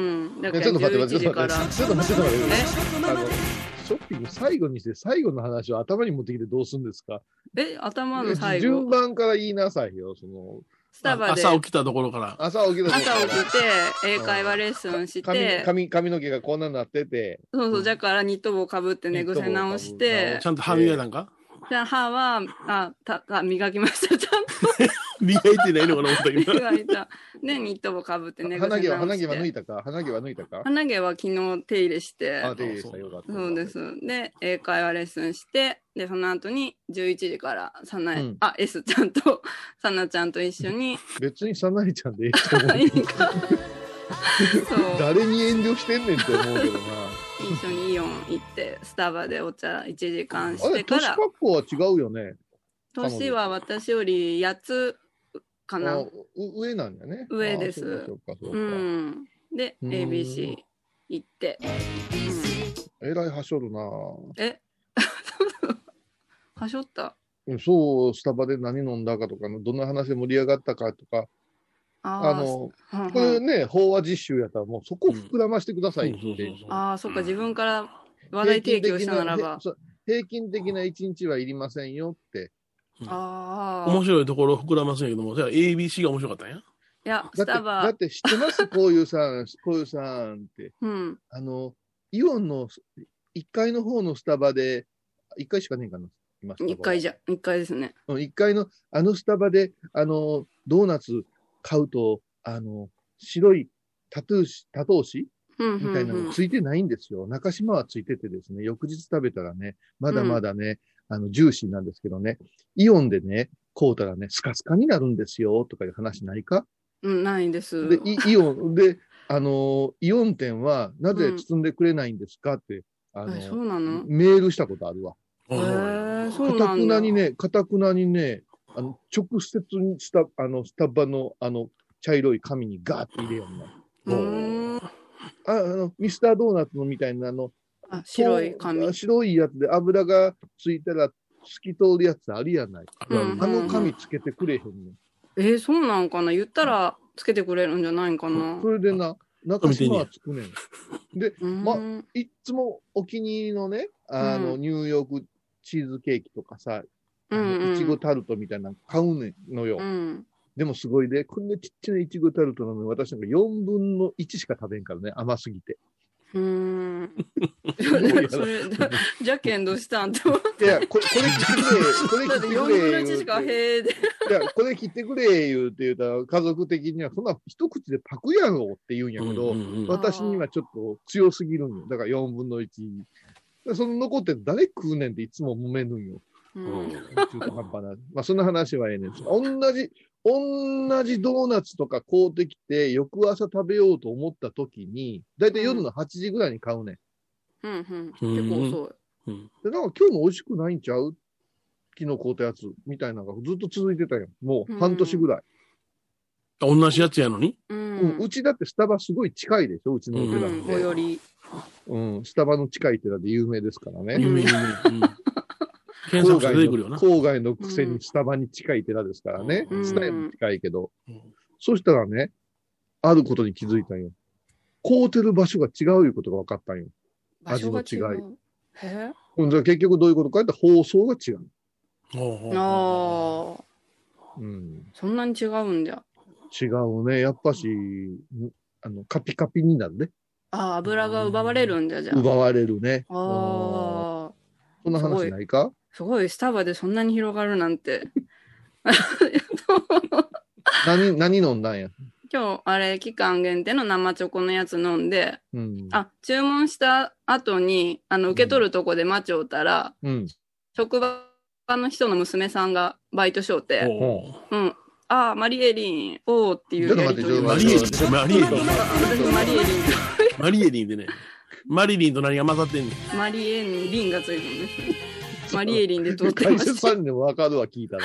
S2: ん、だ
S3: え
S2: け
S3: ちょ
S2: ど
S3: っと待っ
S2: 11
S3: て待って
S2: 時から。
S3: ちょっと待ってちょっと待ってあのショッピング最後にして最後の話を頭に持ってきてどうすんですか
S2: え、頭の最
S3: 順
S2: 後、
S3: 番から言いなさいよその
S2: スタバで
S4: 朝起きたところから。
S3: 朝起きた
S2: 朝
S3: 時から
S2: 起きて英会話レッスンして
S3: 髪髪髪の毛がこんなになってて
S2: そうそうだからニット帽かぶって寝癖直して
S4: ちゃんと歯磨いたんか
S2: じゃあ歯はあたた磨きましたちゃん
S4: 磨いてないのかな思ったけ
S2: と
S4: ど。
S2: 磨い たでニット帽かぶって寝癖直
S3: 鼻
S2: して
S3: 毛は鼻毛は抜いたか鼻毛は抜いたか
S2: 鼻毛は昨日手入れして
S3: あ手入れしたよかった
S2: そうですで英会話レッスンしてでその後に11時からさな、
S3: うん
S2: あ S ちゃんと さなちゃんと一緒 に
S3: 別にサナリちゃんでいいと思う
S2: いいか そう
S3: 誰に遠慮してんねんって思うけどな
S2: 一緒にイオン行ってスタバでお茶1時間
S3: あ
S2: して
S3: れ、
S2: か
S3: 年
S2: ら
S3: 格好は違うよね。
S2: 年は私より8つか
S3: あ
S2: な
S3: う。上なんだよね。
S2: 上です
S3: あそうかそ
S2: う
S3: うかそうか
S2: ん。で、
S3: うん
S2: ABC 行って。
S3: えらいはしょるな
S2: えはしょった。
S3: うんそう、スタバで何飲んだかとかの、どんな話で盛り上がったかとか、
S2: あ
S3: あ
S2: あ
S3: の、
S2: はん
S3: こ
S2: は
S3: れ
S2: ん
S3: ね、法話実習やったら、もうそこを膨らましてくださいって。
S2: あー、そっか、自分から話題提供したならば
S3: 平均的なへ。そう平均的な一日はいりませんよって。
S2: ああ
S4: 面。白いところ膨らませんけども、じゃあ ABC が面白かったんや。
S2: いや、
S3: だ
S2: ス
S3: って、
S2: タ
S3: だ
S2: バ
S3: っ。て知ってますこういうさん、 こういうさんって。
S2: うん。
S3: あの、イオンの1階の方のスタバで、1階しかねえかな、今スタバは
S2: 1回じゃ、1回ですね。
S3: うん一階のあのスタバで、あの、ドーナツ買うと、あの、白いタトゥーし、タトーシ
S2: うん
S3: みたいな
S2: うんう
S3: の
S2: ん
S3: ついてないんですよ。中島はついててですね、翌日食べたらね、まだまだね、あの、ジューシーなんですけどね、イオンでね、買うたらね、スカスカになるんですよ、とかいう話ないか
S2: うん、ないです。
S3: で、イイオン、で、あのーイオン店はなぜ包んでくれないんですかって、あの
S2: えそうなの
S3: メールしたことあるわ。
S2: へえー、そう
S3: か
S2: な
S3: たく
S2: ん
S3: な
S2: だ。
S3: にね、かたくなにね、あの直接にスタあのスタバのあの茶色い紙にガーって入れよう
S2: う
S3: な。
S2: ーん。
S3: ああのミスタードーナツのみたいなあの
S2: あ、白い紙。
S3: こうあ
S2: う
S3: 白いやつで油がついたら透き通るやつあるやない。
S2: ん
S4: あ
S2: うん
S3: あの紙つけてくれへんねん。
S2: えー、そうなんかな言ったらつけてくれるんじゃないんかな
S3: それでな、中島はつくねん。で、
S2: うん。
S3: まいっつもお気に入りのね、あの、
S2: う
S3: ニューヨークチーズケーキとかさ、あ
S2: うんう
S3: の
S2: ん
S3: いちごタルトみたいなの買うねんのよ。
S2: うん。
S3: でもすごいで、こんなちっちゃないちごタルトなのに私なんか4分の1しか食べんからね、甘す ぎて。
S2: うー ん。それ、それじゃじゃけんどうしたんって思って。
S3: いや、これ、これ切ってくれ、これ
S2: だっ
S3: 切
S2: て
S3: って
S2: 4分の
S3: くれ
S2: 1
S3: 言う
S2: しか、
S3: て。
S2: へえで。
S3: いや、これ切ってくれ、言うて言うたら、家族的には、そんな一口でパクやろって言うんやけど、私にはちょっと強すぎるんよ。だから4分の1。でその残って誰食うねんっていつも揉めるんよ。
S2: うん
S3: 中途半端な。 まあ、そんな話はええねん。同じ、同じドーナツとか買うてきて、翌朝食べようと思った時に、だいたい夜の8時ぐらいに買うねん。
S2: うんうん。結構遅い。
S3: で、なんか今日も美味しくないんちゃう昨日買うたやつみたいなのがずっと続いてたやん。もう半年ぐらい。
S4: 同じやつやのに
S2: う。
S3: うんんうちだってスタバすごい近いでしょうちのお
S2: う
S3: 寺
S2: ん、お
S3: って。
S2: より。
S3: うん、スタバの近い寺で有名ですからね。
S4: 有名有名。うん 検
S3: 郊
S4: 索
S3: 外
S4: したら出てくるよな
S3: の。郊外のくせ
S2: う
S3: に
S2: ん
S3: スタバに近い寺ですからね。
S4: うん
S3: スタイも近いけど。
S4: うん
S3: そしたらね、あることに気づいたんよ。凍ってる場所が違ういうことが分かったんよ。
S2: 場所が違。
S3: 味の違いう
S2: へ
S3: ほんじゃ結局どういうことかって放送が違う。
S4: ほうほ
S2: え
S4: う
S2: ああ、
S3: うん、
S2: そんなに違うんじゃ。
S3: 違うね。やっぱし、んあの、カピカピになるね。
S2: ああ、油が奪われるんじゃ、じゃあ。
S3: 奪われるね。うん
S2: ああ、
S3: そんな話ないか
S2: すごい、スタバでそんなに広がるなんて。
S3: 何、何飲んだんや。
S2: 今日、あれ、期間限定の生チョコのやつ飲んで、
S3: うん。
S2: あ、注文した後に、あの、受け取るとこで待ちおったら、
S3: うん。
S2: 職場の人の娘さんがバイトしおって、
S4: ほう
S2: うん、ああ、マリエリン、おおっていうやりとりを
S3: ちょっと
S4: マ
S3: 待っ
S4: リ
S3: て
S4: エ
S3: ちょ
S4: リ
S3: っ
S4: ン、マリエリン、
S2: 私マリエリン。
S4: マリエリンでね。マリリンと何が混ざってんねん。
S2: マリエンリンがついてるんです。マリエリンで通って
S3: 会
S2: ま
S3: 社
S2: し
S3: さ
S2: た。
S3: んでも分かるわ、聞いたら。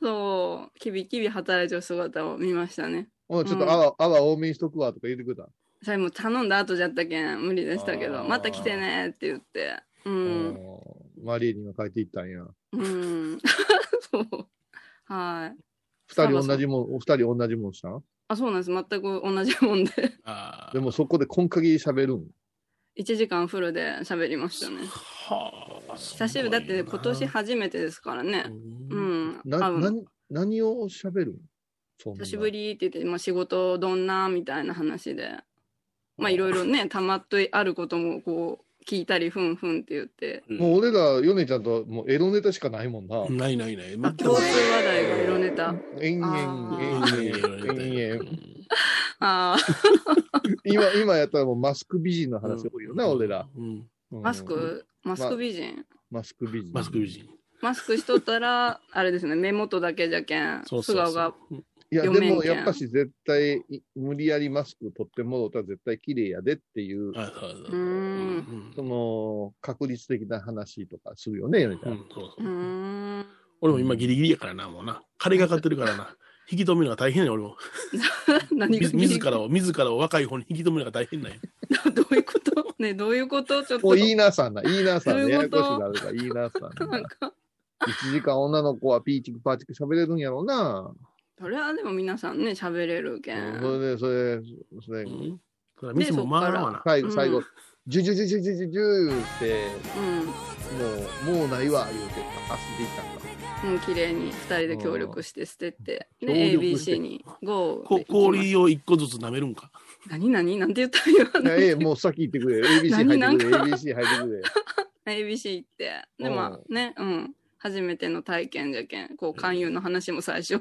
S2: そう、きびきび働いてる姿を見ましたね。
S3: おいちょっと泡、泡多めにしとくわとか言ってくれた。
S2: それも頼んだ後じゃったけん無理でしたけ
S3: あ
S2: ど、
S3: ー
S2: また来てねって言って。うん。
S3: うんマリエリンが帰っていったんや。
S2: うん。 そう。はい。
S3: 二人同じもん、お二人同じもんしたん
S2: あ、そうなんです。全く同じもんで。
S4: あ
S3: でもそこでこんかぎ喋るん。
S2: 1時間フルで喋りましたね。
S4: はあ。久
S2: 久しぶり、だって今年初めてですからね。うん。
S3: な、
S2: 会うの
S3: な、何を喋るんそんな
S2: 久しぶ。りって言って、まあ、仕事どんなみたいな話で、まあ、いろいろね、たまってあることもこう、聞いたり、ふんふんって言って、
S3: もう俺ら、ヨネちゃんともうエロネタしかないもんな。
S4: ないないない。
S2: あ
S4: 全く
S2: 共通話題がエロネタ。
S3: 延
S2: あ
S3: 々、
S2: ー
S3: 延 々、延々。
S2: ああ、
S3: 今、今やったらもうマスク美人の話多いよな、俺ら。。
S4: うん
S3: うん
S2: マスク、マスク美人。
S3: マスク美人。
S4: マスク美人。
S2: マスクしとったら、あれですね、目元だけじゃけん、
S4: そう
S2: 素
S4: そう
S2: 顔
S4: そ
S2: が
S4: う。。
S3: いや、で
S2: 四面
S3: も
S2: 剣
S3: やっぱし絶対、い無理やりマスク取ってもろたら絶対綺麗やでっていう、
S4: あそうそう
S2: うーん。
S3: その、確率的な話とかするよね、ヨネちゃ。
S4: うんんそう
S2: う
S4: そう
S2: ーん。
S4: 俺も今ギリギリやからな、もうな。金がかかってるからな。引き止めるのが大変や俺も。
S2: 何
S4: み
S2: が
S4: 自らを、自らを若い方に引き止めるのが大変なんや。
S2: どういうことね、どういうことちょっ
S3: も
S2: と。
S3: ういいなさんな、いいなさん
S2: どう
S3: で
S2: い
S3: や
S2: う
S3: や
S2: こ
S3: ことしくなるから、いいなさん
S2: な。
S3: なん
S2: か、
S3: 1時間女の子はピーチクパーチク喋れるんやろうな。
S2: それはでも皆さんね、喋れるけん。
S3: それで、それ、それ
S4: う、ん。それはミスも回らんわな。
S3: 最
S2: う
S3: 後、
S2: ん
S3: 最後、ジュジュジュジュジュジュジュ言って、
S2: うん。
S3: もう、もうないわ、言うて、走っていったんだ。
S2: もう綺麗に2人で協力して捨てて、
S3: うん
S2: で、
S3: 協力して
S2: ABC に GO
S4: こ氷を一個ずつ舐めるんか。
S2: 何何なんて言ったよ。
S3: いやえ え、もう先行ってくれ。ABC 入
S2: 何なん
S3: っ
S2: か
S3: てくれ。ABC 入ってくれ。
S2: ABC 行って。で、
S3: うん
S2: まあね、うん。初めての体験じゃけん、こう、勧誘の話も最初、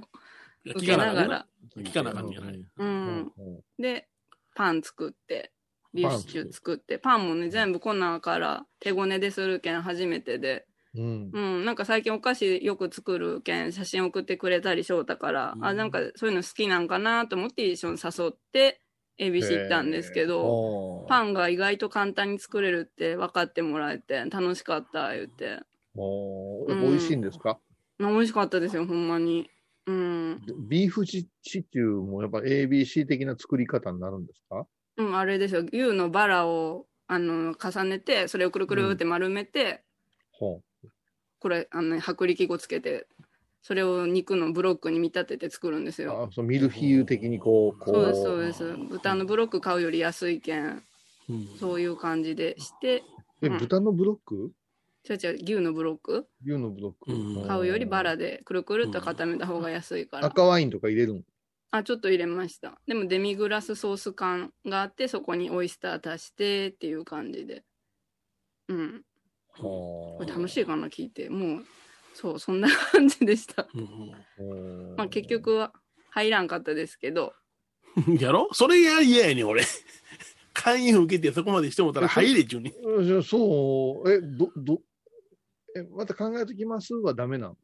S2: 受
S4: 聞
S2: け
S4: か
S2: な
S4: な
S2: が
S4: がら
S2: ら。。
S4: 聞かなあかんじゃない。
S2: う
S3: うんん。。うん
S2: で、パン作って、ビーフシチュー作って、パンもね、全部粉から手ごねでするけん初めてで、
S3: うん。
S2: うん、なんか最近お菓子よく作るけん写真送ってくれたり翔太から、
S4: うん
S2: あなんかそういうの好きなんかなと思って一緒に誘って ABC 行ったんですけど、
S3: お
S2: パンが意外と簡単に作れるって分かってもらえて楽しかった言って
S3: お
S2: うん
S3: 美味しいんですか、
S2: 美味しかったですよほんまにうん、
S3: ビーフシシチューもやっぱ ABC 的な作り方になるんですか
S2: うん、あれですよ牛のバラをあの重ねてそれをくるくるって丸めて、
S3: ほ
S2: これあの薄力粉つけてそれを肉のブロックに見立てて作るんです
S3: う
S2: よ
S3: あそうミルフィーユ的にこう、こ
S2: そうですそうです豚のブロック買うより安いけん
S4: うん
S2: そういう感じでして
S3: え、
S2: うん
S3: 豚のブロック
S2: 違う違う牛のブロック
S3: 牛のブロッ
S4: う
S3: ク
S4: ん
S2: 買うよりバ
S3: うん
S2: ラでくるくるっと固めた方が安いから
S3: 赤ワインとか入れるの
S2: あちょっと入れましたでもデミグラスソース缶があってそこにオイスター足してっていう感じでうんこれ楽しいかな聞いてもうそうそんな感じでした
S4: う
S2: まあ結局は入らんかったですけど
S4: んやろそれが嫌やねん、俺。 勧誘受けてそこまでしてもたら入れっちゅうねん。
S3: うんじゃあそう、え、ど、ど、え、また考えときますはダメなの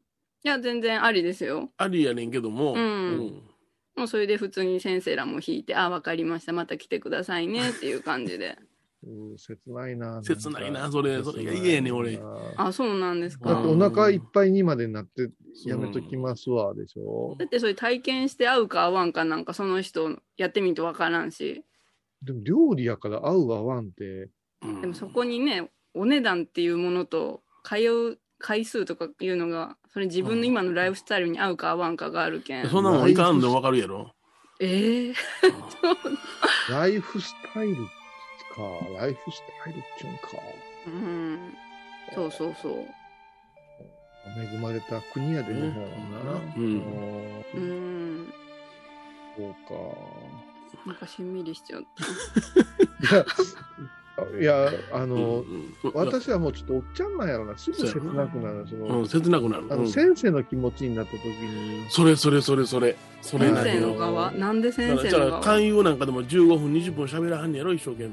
S2: いや全然ありですよ
S4: ありやねんけども。
S2: うんもうそれで普通に先生らも弾いて「あ分かりましたまた来てくださいね」っていう感じで
S3: うん切ないな。んか
S4: 切ないなそれそれが嫌やねん俺
S3: だっ
S2: あそうなんです
S3: て
S2: か
S3: お腹いっぱいにまでなって、やめときますわ、でしょ。
S2: だってそれ体験して合うか合わんかなんかその人やってみんと分からんし
S3: でも料理やから合う合わんって、
S4: うん
S2: でもそこにねお値段っていうものと通う回数とかいうのがそれ自分の今のライフスタイルに合うか合わんかがあるけん、
S4: そんなもんいかんのわかるやろ。
S2: ええ
S3: ライフスタイルか、ライフスタイルっちゅうんか。
S2: うんそうそうそう
S3: 恵まれた国やで、日本はな。
S4: うん。
S3: あー
S2: うん
S3: そう
S2: なんかしんみりしちゃう
S3: か。いや、いやあの、
S4: うん、
S3: 私はもうちょっとおっちゃんなんやろな、すぐ切なくなる、そ
S4: うん、
S3: の、
S4: 切なくなる。
S3: あ
S4: う
S3: の、
S4: ん
S3: 先生の気持ちになった時に、
S4: それそれそれそれ。それ
S2: 先
S4: な
S2: 生の
S4: よ。
S2: 側なんで先
S4: だから
S2: 生
S4: じ
S2: の
S4: ゃあ、
S2: 側
S4: 勧誘なんかでも15分、20分喋らはんねやろ、一生懸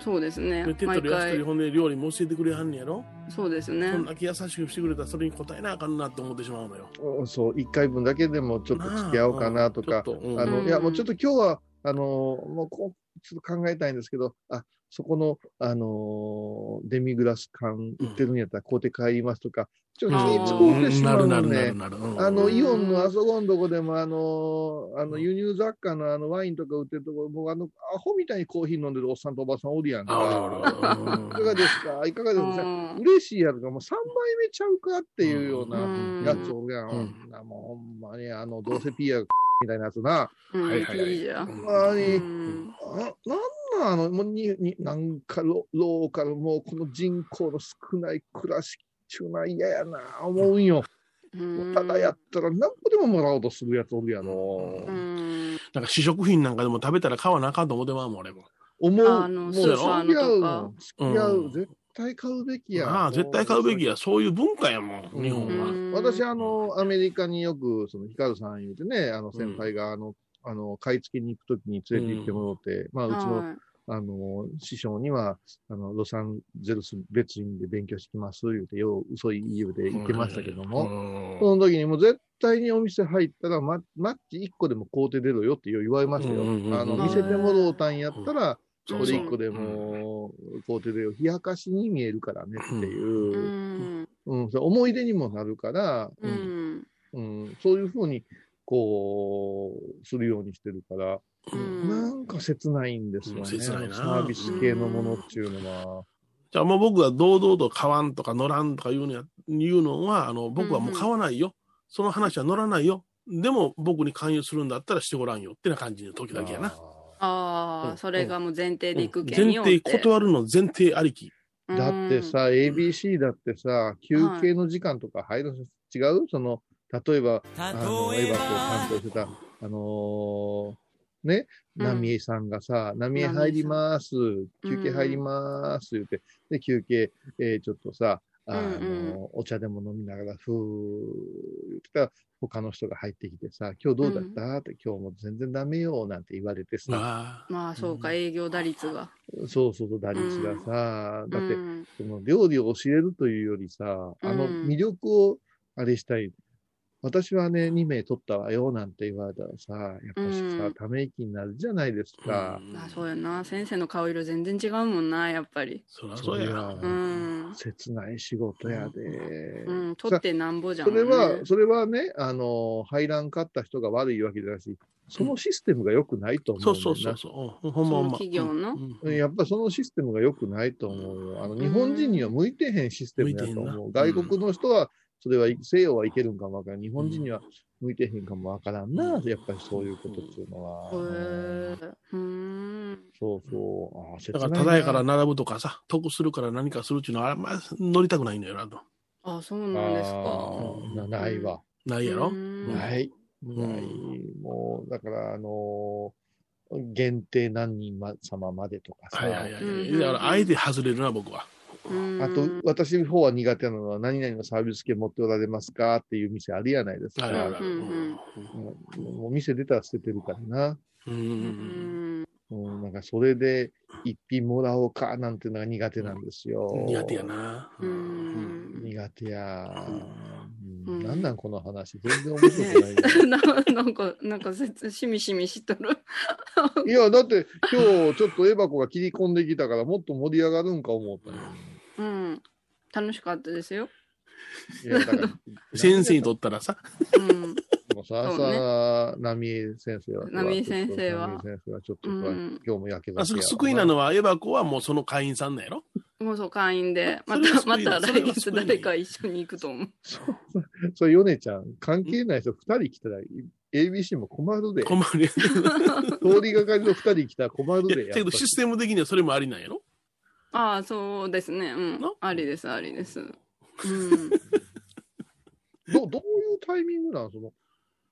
S2: そうですね
S4: 命。手取
S2: 毎
S4: り足取り、
S2: 回
S4: ほんで料理も教えてくれはんねやろ。
S2: そうです
S4: こ
S2: ね
S4: んだけ優しくしてくれたら、それに応えなあかんなって思ってしまうのよ。
S3: おそう、一回分だけでもちょっと付き合おうかなとか
S4: ち、ょっとうん
S3: あ
S2: う
S3: の、
S2: ん
S3: いや、もうちょっと今日は、あの、もうこう、ちょっと考えたいんですけど、あ、そこの、あのーデミグラス缶売ってるんやったら買うて帰りますとか、ちょっと気使うてしまう
S4: な
S3: の
S4: るなる
S3: ね。
S4: なるなる。うん
S3: あの、
S2: うん
S3: イオンのあそこのとこでも、あのーあの、輸入雑貨のあの、ワインとか売ってるとこ、もうあの、アホみたいにコーヒー飲んでるおっさんとおばさんおるやんか。
S4: あおるおる
S3: いかがですかいかがですか、
S2: うん
S3: 嬉しいやつがもう3杯目ちゃうかっていうよう
S2: う
S3: なんやつおるやん。
S4: うん
S3: あんなもうほんまにあの、どうせピアみたいなやつな。
S2: うん
S4: はいはいはい
S2: いいじゃん
S4: うん
S3: ほんま
S2: う
S3: に、
S2: ん
S3: あなんなんあの、もうにになんかロローカル、もうこの人口の少ない暮らし中な嫌やな、思うんよ。
S2: うん
S3: ただやったら何個でももらおうとするやつおるやろ。
S2: うん
S4: なんか試食品なんかでも食べたら買わなあかんと思ってまうもん、俺も。
S3: 思う。
S2: あの
S3: もう
S2: ス
S3: 付
S4: ー
S3: き
S4: パ
S3: 合
S2: ーのと
S3: う
S2: か
S3: もん。付き合
S4: うん
S3: う。絶対買うべきや。
S4: ああ、絶対買うべき
S3: や
S4: や。そういう文化やもん、日本
S2: う
S4: は。
S2: ん
S3: 私、あの、アメリカによく、その、ヒカルさん言うてね、あの、先輩が、あの、あの、買い付けに行くときに連れて行ってもらって、まあ、うちの、
S2: はい
S3: あの、師匠には、あの、ロサンゼルス別院で勉強してきます、言うて、よう、嘘言い言うて行ってましたけども、
S4: も。
S3: その時にもう絶対にお店入ったら、ママッチ1個でも買うて出ろよってよう言われましたよ。
S4: うんうんうんうん
S3: あの、見せてもろうたんやったら、
S4: そ
S3: こ
S4: う
S3: れ
S4: そう
S3: 1個でも買うて出ろよ。冷やかしに見えるからねっていうう、
S2: ん
S3: うん、それ思い出にもなるから、
S2: うんうん
S3: うん、そういうふうに、こう、するようにしてるから、なんか切ないんですよね。
S4: うん切ないな
S3: サービス系のものっていうのは。
S4: じゃあもう僕は堂々と買わんとか乗らんとかいうのや、いうのは、あの、僕はもう買わないよ。その話は乗らないよ。でも僕に勧誘するんだったらしてごらんよってな感じの時だけやな。
S2: あ
S4: う
S2: あ
S4: ん
S2: それがもう前提で
S4: 前
S2: いくけんよ
S4: 提、断るの前提ありき。
S3: あーだってさ、ABC だってさ、休憩の時間とか入るの違うその、例えば、あの、エヴァを担当してた、あのーね、
S2: うん
S3: ナミエさんがさ、ナミエ入ります、休憩入ります、言って、で、休憩、えーちょっとさ、あのー
S2: うん
S3: お茶でも飲みながら、ふー、言ったら、他の人が入ってきてさ、今日どうだった、って、今日も全然ダメよ、なんて言われてさ、
S4: ああ。
S2: まあそうか営業打率が
S3: そうそうそう、打率がさ、だって、
S2: うん
S3: その料理を教えるというよりさ、あの
S2: うん
S3: 魅力をあれしたい。私はね、2名取ったわよなんて言われたらさ、やっぱしさ、
S2: うん
S3: ため息になるじゃないですか。
S4: うん
S2: あそうやな先生の顔色全然違うもんなやっぱり
S4: そりゃそうや。
S3: は
S2: うん、
S3: 切ない仕事やで。
S2: うん、取ってなんぼじゃ
S3: そ
S2: ん、ね、
S3: れは、それはね、あの、排卵買った人が悪いわけじゃなし、そのシステムが良くないと思う、
S4: そうそうそう。そう。うんほんまほんま。
S2: その企業の
S4: うんうん
S3: やっぱそのシステムが良くないと思うよ。あの日本人には向いてへんシステムだと思う。
S4: 向いてへんな
S3: 外国の人は、それは西洋はいけるんかもわからん。日本人には向いてへんかもわからんな。やっぱりそういうことっていうのは。
S2: へえうん
S3: そうそう。あー切ない
S4: だから、
S3: な
S4: ただやから並ぶとかさ、得するから何かするっていうのは、あんま乗りたくないんだよなと。
S2: あそうなんです
S3: あ
S2: か
S3: ーなないわ。
S4: ないやろ
S2: う。ん
S3: ない。
S4: ん
S3: ない。もう、だから、あのー限定何人ま様までとかさ。
S4: はいはいは
S2: う
S4: い。
S2: ん
S4: だから、あえて外れるな、僕は。
S2: うん
S3: あと、私の方は苦手なのは、何々のサービス券持っておられますかっていう店あるやないですか。
S4: あるあるある。
S2: うんうん
S3: うんもう店出たら捨ててるからな。
S2: う
S4: う。
S2: んん
S3: うん、なんかそれで一品もらおうかなんてのが苦手なんですよ。
S4: 苦手や。な。
S2: うん
S3: 苦手や。う、
S2: うんん
S3: なんなんこの話。全然面白くないよ。
S2: ななんか、なんかせつ、しみしみしとる。
S3: いや、だって今日ちょっとエバコが切り込んできたからもっと盛り上がるんか思ったよ。
S2: うん。楽しかったですよ。
S3: いや、だから、
S4: 先生にとったらさ、
S2: うん。
S3: もうさあ
S2: そうね
S3: さあ、浪江先生は。
S2: 浪江先生は
S3: 浪江先生はちょっとさ、
S2: うん
S3: 今日も焼け酒
S4: あす
S3: やわ
S4: 救いなのは、エバコはもうその会員さんなんやろ。
S2: もうそう、会員で。ま
S4: それは
S2: た、
S4: 救
S2: ま
S4: いだ
S2: た来月
S4: それは救いだ
S2: 誰か一緒に行くと思う。
S3: それ、ヨネちゃん、関係ない人2人来たら、ABC も困るで。
S4: 困 るや
S3: 通りがかりの2人来たら困る
S4: つ。
S3: で。
S4: い
S3: や
S4: や
S3: っ
S4: け
S3: ぱ
S4: ど、
S3: り
S4: システム的にはそれもありなんやろ。
S2: ああ、そうですね。うん
S4: な。
S2: ありです、ありです。うん。
S3: どどういうタイミングなんその、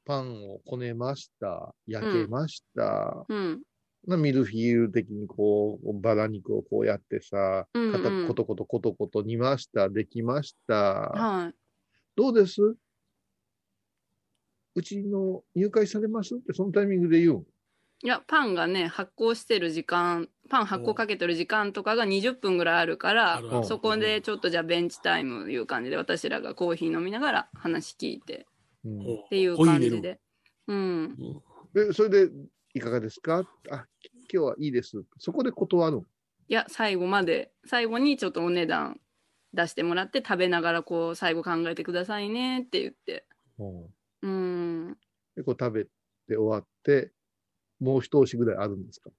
S3: パンをこねました、焼けました、
S2: うん。
S3: なミルフィーユ的にこう、バラ肉をこうやってさ、
S2: うん
S3: かた
S2: うん
S3: ことことことこと煮ました、できました。
S2: はい。
S3: どうですうちの入会されますってそのタイミングで言うん。
S2: いや、パンがね、発酵してる時間、パン発酵かけてる時間とかが20分ぐらいあるから
S4: あるあ、る
S2: そこでちょっとじゃあベンチタイムいう感じで、私らがコーヒー飲みながら話聞いて
S3: うん
S2: っていう感じで。うん。
S3: で、それで、いかがですかあ、今日はいいです。そこで断るん。
S2: いや、最後まで、最後にちょっとお値段出してもらって、食べながらこう、最後考えてくださいねって言って。うん。
S3: で、こう食べて終わって、もう一押しぐらいあるんですか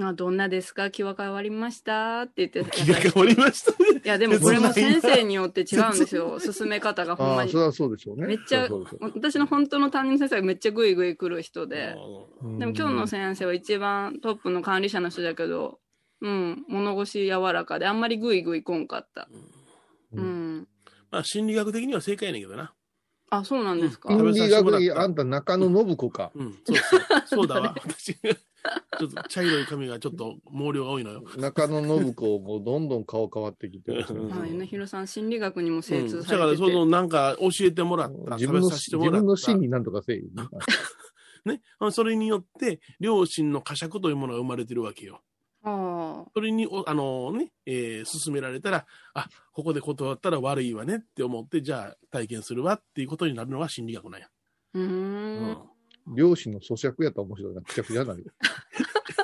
S2: あ、どんなですか気は変わりましたって言って。
S4: 気が変わりましたね。
S2: いや、でもこれも先生によって違うんですよ。進め方がほん
S3: あ
S2: ま
S3: あ、
S2: に
S3: そ。れはそうでしょうね。
S2: めっちゃ
S3: そりそうでしょ
S2: 私の本当の担任の先生がめっちゃグイグイ来る人で、
S3: う
S2: でも今日の先生は一番トップの管理者の人だけど、うん、物腰柔らかであんまりグイグイ来んかった。
S3: う
S2: うんん。
S4: まあ、心理学的には正解やねんけどな。
S2: あ、そうなんですか。
S4: うん
S3: 倫理学院、あんた中野信子か。
S4: うん、そうそう。そうだ わ。私、ちょっと茶色い髪がちょっと毛量が多いのよ。
S3: 中野信子もどんどん顔変わってきてる。
S4: うん
S2: はい、米広さん心理学にも精
S4: うん
S2: 通さ
S4: だか
S2: れ
S4: ら、
S2: て
S4: そ
S2: て、
S4: の、なんか、教えてもらった。
S3: 自分の、
S4: 食べさせ
S3: 自
S4: てもらった
S3: 分の心に何とかせい。
S4: ね。それによって、両親の呵責というものが生まれてるわけよ。
S2: ああ
S4: それに、おあのね、えー勧められたら、あ、ここで断ったら悪いわねって思って、じゃあ体験するわっていうことになるのは心理学なんや。
S2: うー、
S4: う ん
S3: 両親の咀嚼やったら面白いな。くちゃくちゃなる。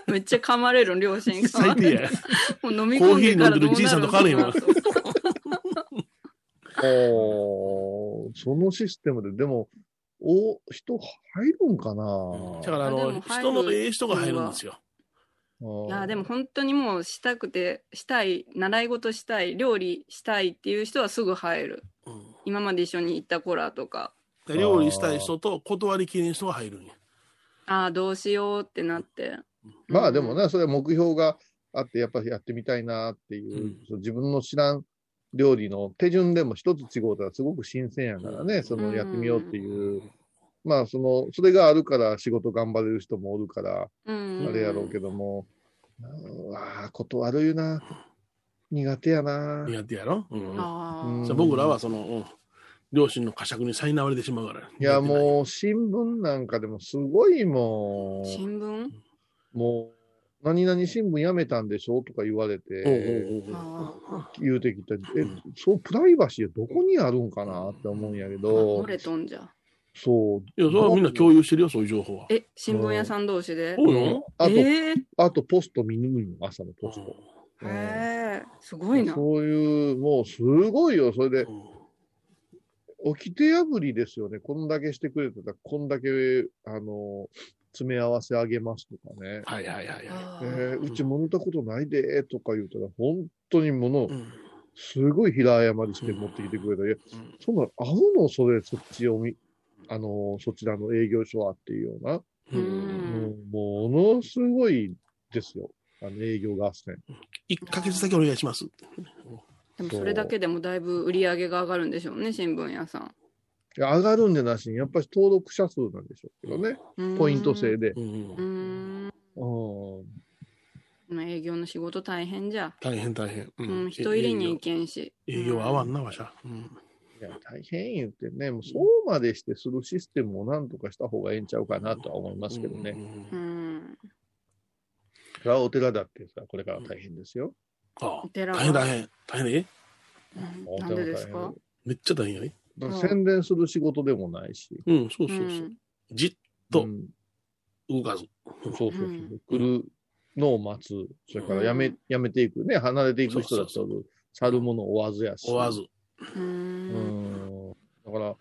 S2: めっちゃ噛まれる両親が
S4: 最低や。
S2: もう飲み込んでからどうなる
S4: コーヒー飲んでるじいさんと変わらへんわ
S3: おーそのシステムで、でも、お、人入るんかな
S4: だから、あ
S2: あで
S4: の、
S2: も入る
S4: 人のええ人が入るんですよ。
S2: いやでも、本当にもうしたくてしたい習い事したい料理したいっていう人はすぐ入る
S4: うん
S2: 今まで一緒に行った子らとか
S4: で料理したい人と断りきれん人が入るんや。
S2: ああどうしようってなって
S3: まあでもな、それは目標があって、やっぱりやってみたいなっていう、
S4: うん
S3: そう自分の知らん料理の手順でも一つ違うたらすごく新鮮やからね、そのやってみようっていう。まあその、それがあるから仕事頑張れる人もおるから、
S2: うん
S3: あれやろうけども、うわあ、こと悪いな。苦手やな。
S4: 苦手やろ。うん
S2: あ
S3: う
S2: あ
S3: ん
S4: じゃあ僕らはその、うん両親の呵責に苛まれてしまうから。
S3: いや、もう新聞なんかでもすごいも
S2: 新聞
S3: う、もう、何々新聞やめたんでしょとか言われて、言うてきて、え、そう、プライバシーはどこにあるんかなって思うんやけど
S2: 漏、れとんじゃ。
S3: そう。
S4: いや、それはみんな共有してるよ、そういう情報は。
S2: え、新聞屋さん同士で。
S4: そうよ。
S3: あと、
S2: えー
S3: あとポスト見抜いの、朝のポスト。うん
S2: へえ、すごいな。
S3: そういう、もうすごいよ。それで、掟破りですよね。こんだけしてくれてたら、こんだけ、あの、詰め合わせあげますとかね。
S4: はいはいはいは
S2: あ
S3: え
S2: ー
S3: ーうちも似たことないで、とか言うたら、本当にもの
S4: い。、うん
S3: すごい平謝りして持ってきてくれた。いや、
S4: うん
S3: そんなの合うのそれ、そっちをみ、あの、そちらの営業所はっていうような。
S2: う。
S3: うんんものすごいですよ。あの、営業合戦。
S4: 一ヶ月だけお願いします。
S2: でもそれだけでもだいぶ売り上げが上がるんでしょうね、新聞屋さん。
S3: いや上がるんじゃなしに、やっぱり登録者数なんでしょうけどね。
S2: うーん
S3: ポイント制。で
S4: う。ん
S2: うーん。
S3: うん
S2: この営業の仕事大変じゃ。
S4: 大変大変。う
S2: うん、人入りに行けんし。
S4: 営業は合わんな、わしゃ。うん
S3: いや、大変言ってね、もうそうまでしてするシステムをなんとかした方がええんちゃうかなとは思いますけど
S4: う
S3: ね。
S4: んうんうん
S2: うん。
S3: それはお寺だってさ、これから大変ですよ。
S4: あ
S2: お
S4: あ
S2: 寺は
S4: 大変大変。大変ね。
S2: うんなんでですか
S4: めっちゃ大変やね。
S3: だから宣伝する仕事でもないし。
S4: うん、そう
S2: う
S4: そうそう。
S2: ん。
S4: じっと
S3: うん
S4: 動かず。
S3: そうそうそう
S2: うん
S3: 来るのを待つ。それからやめ、
S2: うん
S3: やめていくね。離れていく人だった
S4: そ
S3: ら
S4: うそ、
S3: 去るもの追わずやし。
S4: 追わず。
S2: う。
S3: うんん。だから、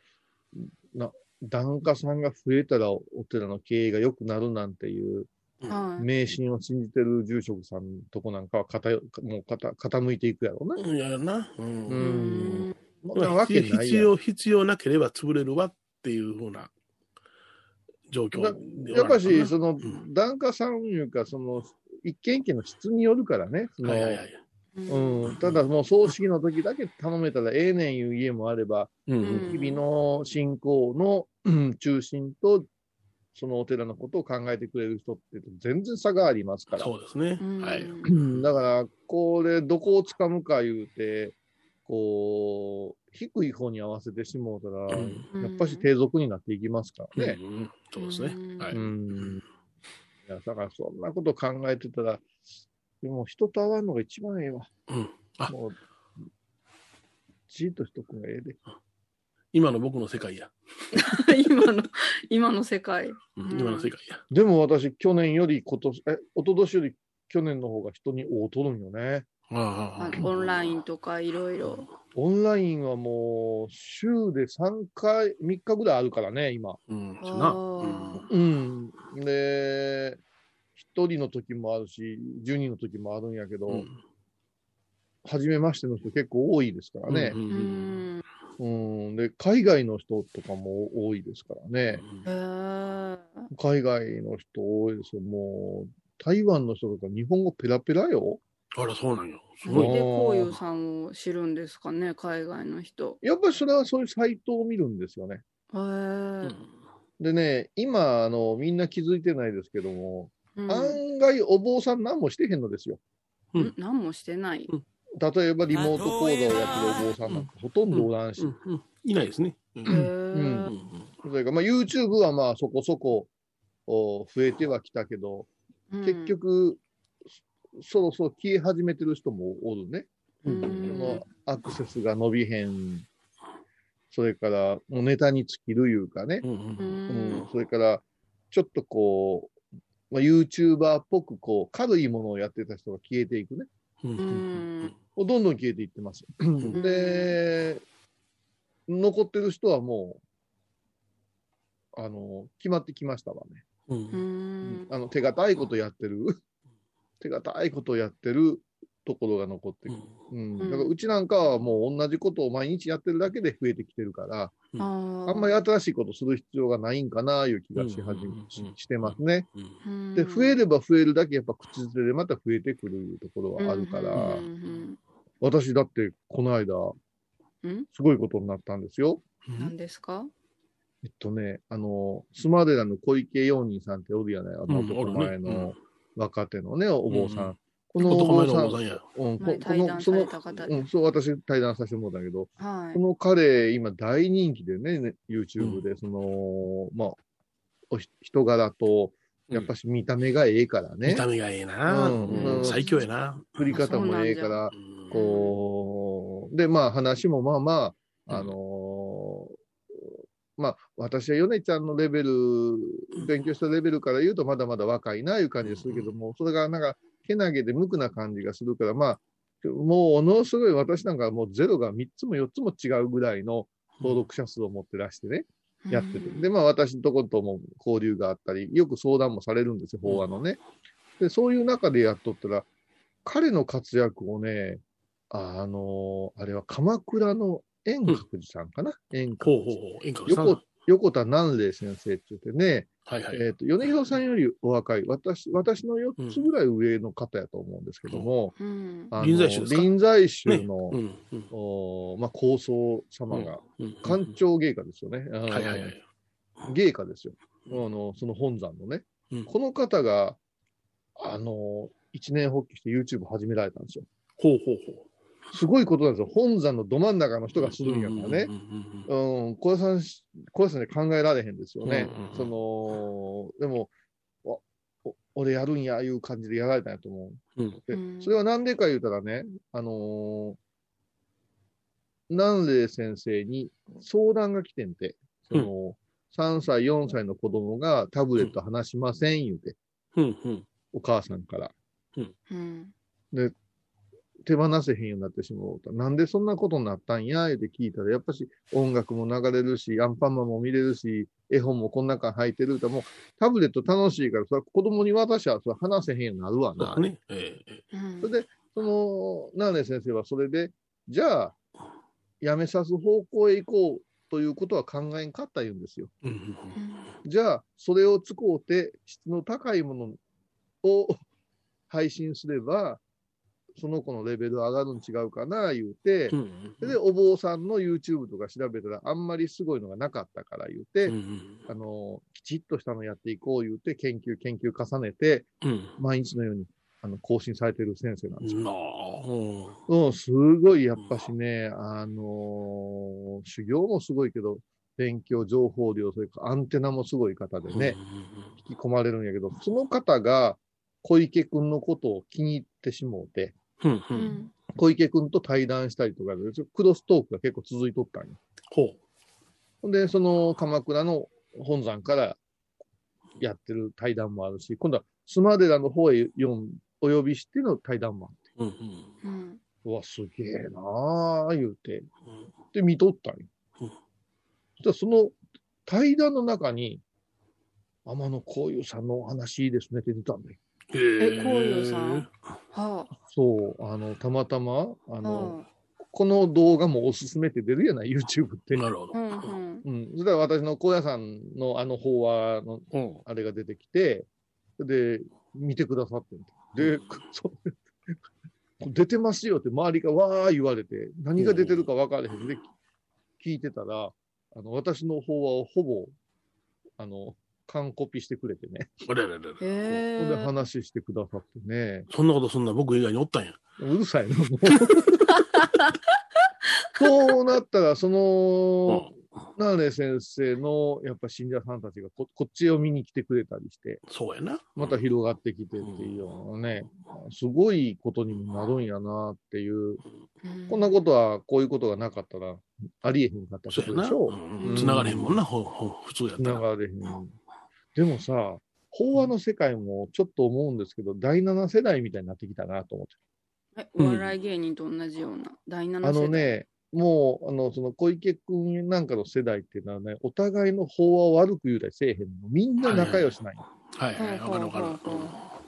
S3: な、檀家さんが増えたらお寺の経営が良くなるなんていう
S2: はい。
S3: 迷信を信じてる住職さんのとこなんかは偏もうかた傾いていくやろうな。
S4: うん、やるな。う。
S3: うんん。そんな
S4: まあ
S3: わけ
S4: 必
S3: ない
S4: 必
S3: やん
S4: 要、必要なければ潰れるわっていうふうな状況
S3: な
S4: では
S3: やっぱ
S4: ある
S3: し、
S4: かな
S3: その
S4: ん、
S3: 檀家さんいうか、その、一軒一軒の質によるからね。その
S4: はいはいはい。
S3: うん、ただ、もう葬式の時だけ頼めたらええねんいう家もあれば、
S4: うん
S2: うん
S3: 日々の信仰のうん中心と、そのお寺のことを考えてくれる人って全然差がありますから。
S4: そうですね。
S2: うん
S4: はい。
S3: うんだから、これ、どこをつかむか言うて、こう、低い方に合わせてしもうたら、
S4: うん
S2: うん
S3: やっぱし低俗になっていきますからね。。
S4: うんそうですね。はいう
S3: ん。いや、だから、そんなこと考えてたら、でも人と会わんのが一番ええわ。
S4: うんあ
S3: もう、じっとしとくのがええで。
S4: 今の僕の世界や。
S2: 今の、今の世界。
S4: うん
S2: うん
S4: 今の世界や。
S3: でも私、去年より今年、え、一昨年より去年の方が人に劣るんよね。
S4: ああ
S2: オンラインとかいろいろ。
S3: オンラインはもう、週で3回、3日ぐらいあるからね、今。
S4: うん、
S2: あ
S4: そうな。
S2: ー
S3: うん。で、一人の時もあるし、十人の時もあるんやけど、
S4: うん
S3: 初めましての人結構多いですからね
S4: う。ん
S2: う
S4: うん
S2: ん。
S3: うん、で、海外の人とかも多いですからね。
S2: へー
S3: 海外の人多いですよ。もう、台湾の人とか日本語ペラペラよ。
S4: あら、そうなんよ。す
S2: なん
S4: ごい。
S2: でこういうさんを知るんですかね、海外の人。
S3: やっぱりそれはそういうサイトを見るんですよね。
S2: へー
S3: でね、今、あの、みんな気づいてないですけども、
S2: うん
S3: 案外お坊さん何もしてへんのですよ。
S4: うん
S2: 何もしてない。
S3: 例えばリモート講座をやってるお坊さんなんかほとんどおらんし
S4: う、んうんいないですね。う
S2: へ
S4: ん
S2: ー
S3: それから、まあ、YouTube はまあそこそこお増えてはきたけど、結、局、そろそろ消え始めてる人もおるね。
S2: うん
S3: そのアクセスが伸びへん。それから、もうネタに尽きるいうかね。
S4: うんう
S2: うん
S3: うんん。それから、ちょっとこう、まあ、YouTuber っぽくこう、軽いものをやってた人が消えていくね。
S4: うんうん
S2: うん
S3: どんどん消えていってます。
S4: ん
S3: で、残ってる人はもう、あの、決まってきましたわね。
S4: う
S2: うんん
S3: あの手堅いことやってる、手堅いことやってるところが残って
S4: う
S3: くる。
S4: ん
S3: うん。
S2: うん
S3: だからうちなんかはもう同じことを毎日やってるだけで増えてきてるから、
S4: うん
S2: あ
S3: あんまり
S2: や
S3: 新しいことする必要がないんかないう気がし始め
S4: うん、
S3: ししてますね。
S4: うん
S3: で、増え
S2: る
S3: れば増えるだけやっぱ口づてでまた増えてくるいうところはあるから、私だってこの間
S2: ん、
S3: すごいことになったんですよ。
S2: 何ですか
S3: えっとね、あの、スマデラの小池容人さんっておるやない、あの
S4: うん
S3: 男
S4: お
S3: 前
S4: るねうん
S3: の若手のね、お坊さ
S4: うんん。
S3: このお
S4: 男前
S3: 坊
S4: の
S3: さ
S4: お
S3: ん
S4: 坊さんや。
S3: うん、こ
S2: 前
S3: こ
S2: 対
S3: の、
S2: 談
S3: そ
S2: され
S3: の、
S2: た方
S3: う
S2: で。
S3: ん、そう、私対談させてもらったけど、
S2: は
S3: こ
S2: い。
S3: の彼、今大人気でね、ね YouTube で、その、まあ、おひ人柄と、やっぱし見た目がええから
S4: 見
S3: ね。
S4: た目がええな、
S3: うん
S4: うん
S3: うん
S4: 最強やな。
S3: 振り方もええから、
S4: うん
S3: こう、で、まあ話もまあまあ、あのーまあ私は米ちゃんのレベル、勉強したレベルから言うとまだまだ若いないう感じがするけども、それがなんか、けなげで無垢な感じがするから、まあ、もう、ものすごい私なんかもうゼロが3つも4つも違うぐらいの登録者数を持ってらしてね、やってて。で、まあ私のとことも交流があったり、よく相談もされるんですよ、法案のね。で、そういう中でやっとったら、彼の活躍をね、あのあれは鎌倉の円覚寺さんかな、円
S4: ほう
S3: 覚
S4: ほう
S3: 寺。
S4: ほう。演
S3: 横
S4: 歌さん。
S3: 横田南霊先生って言ってね、
S4: はいはい。
S3: えっ、と、米広さんよりお若い、私、私の4つぐらい上の方やと思うんですけども、
S2: うん
S3: あの
S4: 臨済宗ですか
S3: 臨済宗の、
S4: うんうん
S3: おまあ、高僧様が、
S4: うんうん
S3: 官庁芸家ですよね。
S4: はいはいはい。
S3: 芸家ですよ。あの、その本山のね。
S4: うん
S3: この方が、あの、一年発起して YouTube 始められたんですよ。
S4: ほうほう
S3: すごいことなんですよ。本山のど真ん中の人
S4: ほう。
S3: がするんやから
S4: う
S3: ね。
S4: んうん
S3: うん、小屋さんし、小屋さんで考えられへんですよね
S4: うんうんうん。
S3: その、でも、あお俺やるんや、いう感じでやられたんやと思う。
S4: うんうん。
S3: で
S2: うん
S3: それはなんでか言うたらね、あのー、南霊先生に相談が来てんて、その、3歳、4歳の子供がタブレット離しません言うて、
S4: うんうん。
S3: お母さんから。
S2: うん
S3: 手放せへんようになってしまうと。なんでそんなことになったんや言うて聞いたら、やっぱし音楽も流れるし、アンパンマンも見れるし、絵本もこん中入ってると、もうタブレット楽しいから、それは子供に渡しはそれ話せへんようになるわ
S4: そう
S3: な
S4: だ。ね。ええ
S2: うん
S3: それで、その、奈良先生はそれで、じゃあ、やめさす方向へ行こうということは考えんかった言うんですよ。
S4: うんうんうん
S3: じゃあ、それを使うて、質の高いものを 配信すれば、その子のレベル上がるん違うかな、言うて、
S4: うんうん
S3: それで、お坊さんの YouTube とか調べたら、あんまりすごいのがなかったから言うて、
S4: うん
S3: あの、きちっとしたのやっていこう言うて、研究、研究重ねて、
S4: うん
S3: 毎日のように、あの、更新されてる先生なんですよ
S4: うん。なあ。うん
S3: うん、すごい、やっぱしね、あのー修行もすごいけど、勉強、情報量、それからアンテナもすごい方でね、引き込まれるんやけど、その方が小池くんのことを気に入ってしもうて、
S4: うんう。
S2: うんん
S3: 小池くんと対談したりとかで、クロストークが結構続いとったんよ。
S4: ほう。
S3: ほんで、その鎌倉の本山からやってる対談もあるし、今度は須磨寺の方へよんお呼びしての対談もある。
S4: うんうん
S2: うん
S3: うわ、すげえなあ言うて。で、見とったんよ
S4: うん。
S3: じゃその対談の中に、天野幸雄さんのお話いいですねって出たんだよ。
S4: へえ
S2: えこういうさんは
S3: そう、あの、たまたま、あ
S2: あ
S3: の、この動画もおすすめって出るやない、YouTube って。
S4: なるほど。
S2: うんうん
S3: うん。そしたら私の高野さんのあの法話の
S4: うん
S3: あれが出てきて、で、見てくださってんてで、そ 出てますよって周りがわー言われて、何が出てるか分からへんで、聞いてたら、あの、私の法話をほぼ、あの、完コピしてくれてね。
S4: あれあれあれあ
S2: へ
S4: れ
S3: ほんで
S2: え
S3: 話してくださってね。
S4: そんなことそんな僕以外におったんや。
S3: うるさ いな、もう。そうなったら、その、ナーレ先生の、やっぱ信者さんたちがここっちを見に来てくれたりして、
S4: そうやな。
S3: また広がってきてっていうようなね、すごいことになるんやなっていう、こんなことは、こういうことがなかったら、ありえへんかったこ
S4: そうや
S3: とで
S4: な。
S3: しょ
S4: うん繋がれへんもんな、ほほ普通やった
S3: 繋
S4: ら。
S3: がれへん。でもさ、法話の世界もちょっと思うんですけど、第7世代みたいになってきたなと思って。
S2: えお笑い芸人と同じような第7世代
S3: あのね、もう、あの、その小池くんなんかの世代っていうのはね、お互いの法話を悪く言うたりせえへんの。みんな仲良しない。
S4: はいはい、わ
S2: ほ
S4: か
S2: う
S4: る
S2: ほ
S4: わ
S2: う
S4: かる
S2: ほうほう。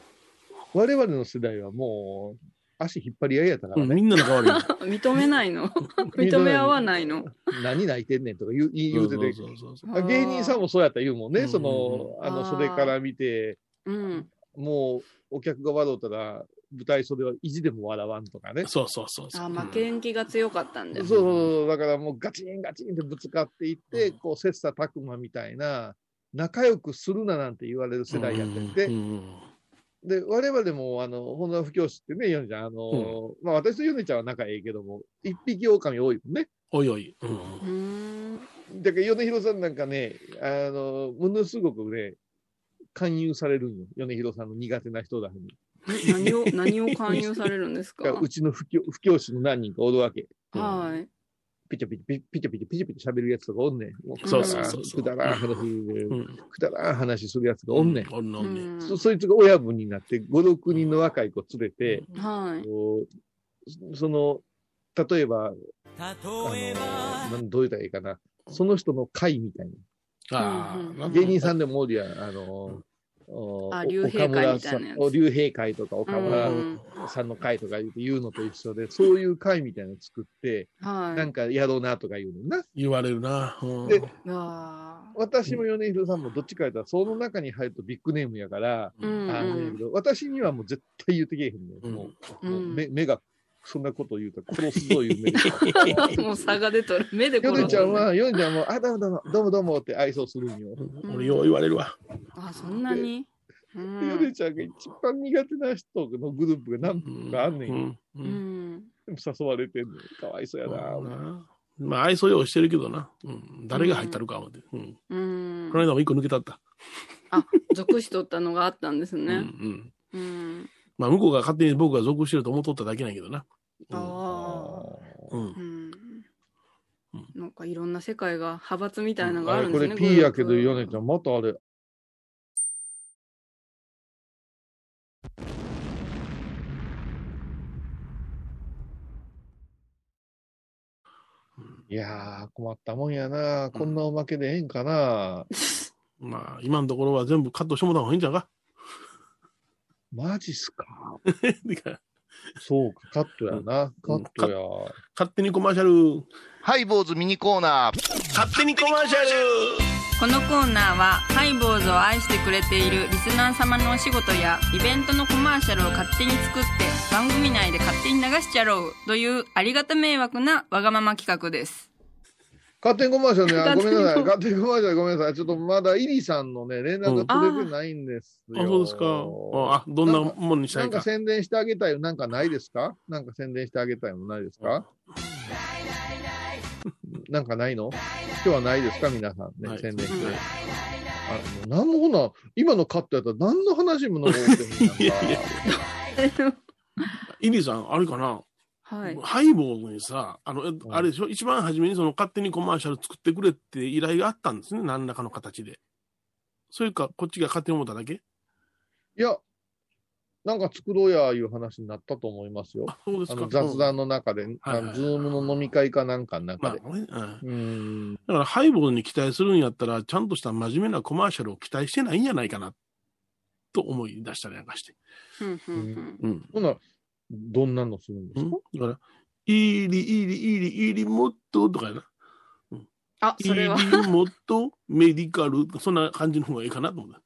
S3: 我々の世代はもう、足引っ張り合いやったか
S4: う
S3: ら
S4: ん
S3: ね、
S4: みんなの代わ り に。
S2: 認めない の認め合わないの
S3: 何泣いてんねんとか言う言うてて、
S4: そうそうそう
S2: そう
S3: 芸人さんもそうやったら言うもん
S4: う
S3: ね、
S4: ん
S3: その、あ
S2: あ
S3: の、
S2: ー
S3: 袖から見て、
S2: うん
S3: もう、お客が笑うたら、舞台袖は意地でも笑わんとかね。
S4: そうそうそうそう。
S2: あ負けん気が強かったんだ
S3: そう
S2: よ
S3: そうそう、だからもうガチンガチンってぶつかっていって、
S4: うん
S3: こう、切磋琢磨みたいな、仲良くするななんて言われる世代やってて、
S4: うんうん
S3: で、我々も、あの、本田不教師ってね、ヨネちゃん、あの、まあ私とヨネちゃんは仲いいけども、一匹狼多いもんね。
S4: おいおい。うん
S2: うーん
S3: だから米広さんなんかね、あの、ものすごくね、勧誘されるんよ。米広さんの苦手な人だに。
S2: 何を、何を勧誘されるんです
S3: だ
S2: か
S3: からうちの不教不教師の何人かおるわけ。
S2: はい。
S3: ピチャピチャ、ピチャピチャ、ピチャピチャ喋るやつとかおんねん。も
S2: そうそうそう
S4: そう
S3: くだらん話、
S4: うん
S3: くだらん話するやつがおんねん。
S4: おんねんおんねん
S2: うん
S3: そそいつが親分になって、5、6人の若い子連れて、
S2: はい。
S3: こうその、例えば、あのなんどう言ったらいいかな、その人の会みたい
S4: あ
S2: うんうん
S4: あ
S3: な、芸人さんでもおるやん、あの、お
S2: あ竜兵会みたいなやつ
S3: お竜兵会とか岡
S2: う
S3: 村
S2: ん
S3: さんの会とか言うて言うのと一緒で、そういう会みたいなの作って、
S2: は
S3: なんかやろうなとか言うのにな。
S4: 言われるな。うん
S3: で
S2: い。わ
S3: 私も米広さんもどっちか言ったら、その中に入るとビッグネームやから、
S2: ーうん
S3: あの私にはもう絶対言うてけえへんねん。も
S2: う
S3: うもうん目目がそんなことを言うたら殺す ぞいう目で。
S2: うん。もう差が出とる。目で
S3: ヨ
S2: 転
S3: ネ
S2: ぶ
S3: ちゃんは、ヨネちゃんも、あ、どうもどうも、どうもどうもって愛想するんよ。
S4: うん俺よう言われるわ。
S2: あ、そんなにう
S3: でヨネ
S2: ん。
S3: ちゃんが一番苦手な人のグループが何分かあんねん。で
S4: ん。う
S2: うんん。
S3: も誘われてんのよ。かわいそうやな。
S4: まあ、愛想用意してるけどな。うん。誰が入ったるか思って。うん。
S2: うん
S4: この間も一個抜けたった。
S2: あ、属しとったのがあったんです
S4: うんう
S2: ね。
S4: ん。
S2: うん。
S4: まあ、向こうが勝手に僕が属してると思っとっただけなんやけどな。
S2: ああ。
S4: うん
S2: う。ん。なんかいろんな世界が、派閥みたいなのが
S3: あ
S2: あ
S3: れ
S2: るん
S3: こ
S2: です
S3: れ
S2: ね。
S3: P やけど、
S2: グルー
S3: ヨ
S2: プ
S3: ネちゃん、またあれ。いやー、困ったもんやな。こんなおまけでええんかな。
S4: まあ、今のところは全部カットしてもらった方がいいんじゃんか。
S3: マジっすか。
S4: てか
S3: そうか、カットやな。カットや。
S4: 勝手にコマーシャル。
S8: ハイボーズミニコーナー。
S4: 勝手にコマーシャ
S9: このコーナーはハイボーズを愛してくれているリスナー様のお仕事やイベントのコマーシャルを勝手に作って番組内で勝手に流しちゃろうというありがた迷惑なわがまま企画です
S3: 勝手にコマーシャル ね、あご
S2: 勝
S3: め
S2: 手に
S3: んなさい、勝手にコマーシャルごめんなさい、ちょっとまだイリさんのね、連絡が取れてないんです
S4: ル。
S3: よ。
S4: あ、そうですか。あ、どんなもんにした
S3: ないんか
S4: か。
S3: 宣伝してあげたいのなんかないですかなんか宣伝してあげたいものないですかなんかないの今日はないですか皆さんね、
S4: はい
S3: 宣伝して。
S2: うん
S3: あもう何もほな、今のカットやったら何の話も残ってんのか
S4: いやいやイリさん、あれかな、
S2: はい。
S4: ハイボーズにさ、あの、えあれでしょ、一番初めにその勝手にコマーシャル作ってくれって依頼があったんですね、何らかの形で。それか、こっちが勝手に思っただけ
S3: いや、なんか作ろうやいう話になったと思いますよ。
S4: あ、そうです
S3: あ
S4: か
S3: の。雑談の中で、
S4: はい
S3: あのズームの飲み会かなんかの
S4: ま
S3: 中
S4: あ
S3: で。
S4: ね、うん。だ
S3: うん
S4: から、ハイボーズに期待するんやったら、ちゃんとした真面目なコマーシャルを期待してないんじゃないかな、と思い出したりなんかして。
S2: うんうんうん
S4: うん。
S3: ほな、どんなのするんで
S4: う
S3: す
S4: ん
S3: か、
S4: だから、いいり、いいり、いいり、いいり、もっと、とかやな。
S2: あ、
S4: いい
S2: それ
S4: り、
S2: は。
S4: もっと、メディカル、そんな感じの方がいいかなと思った。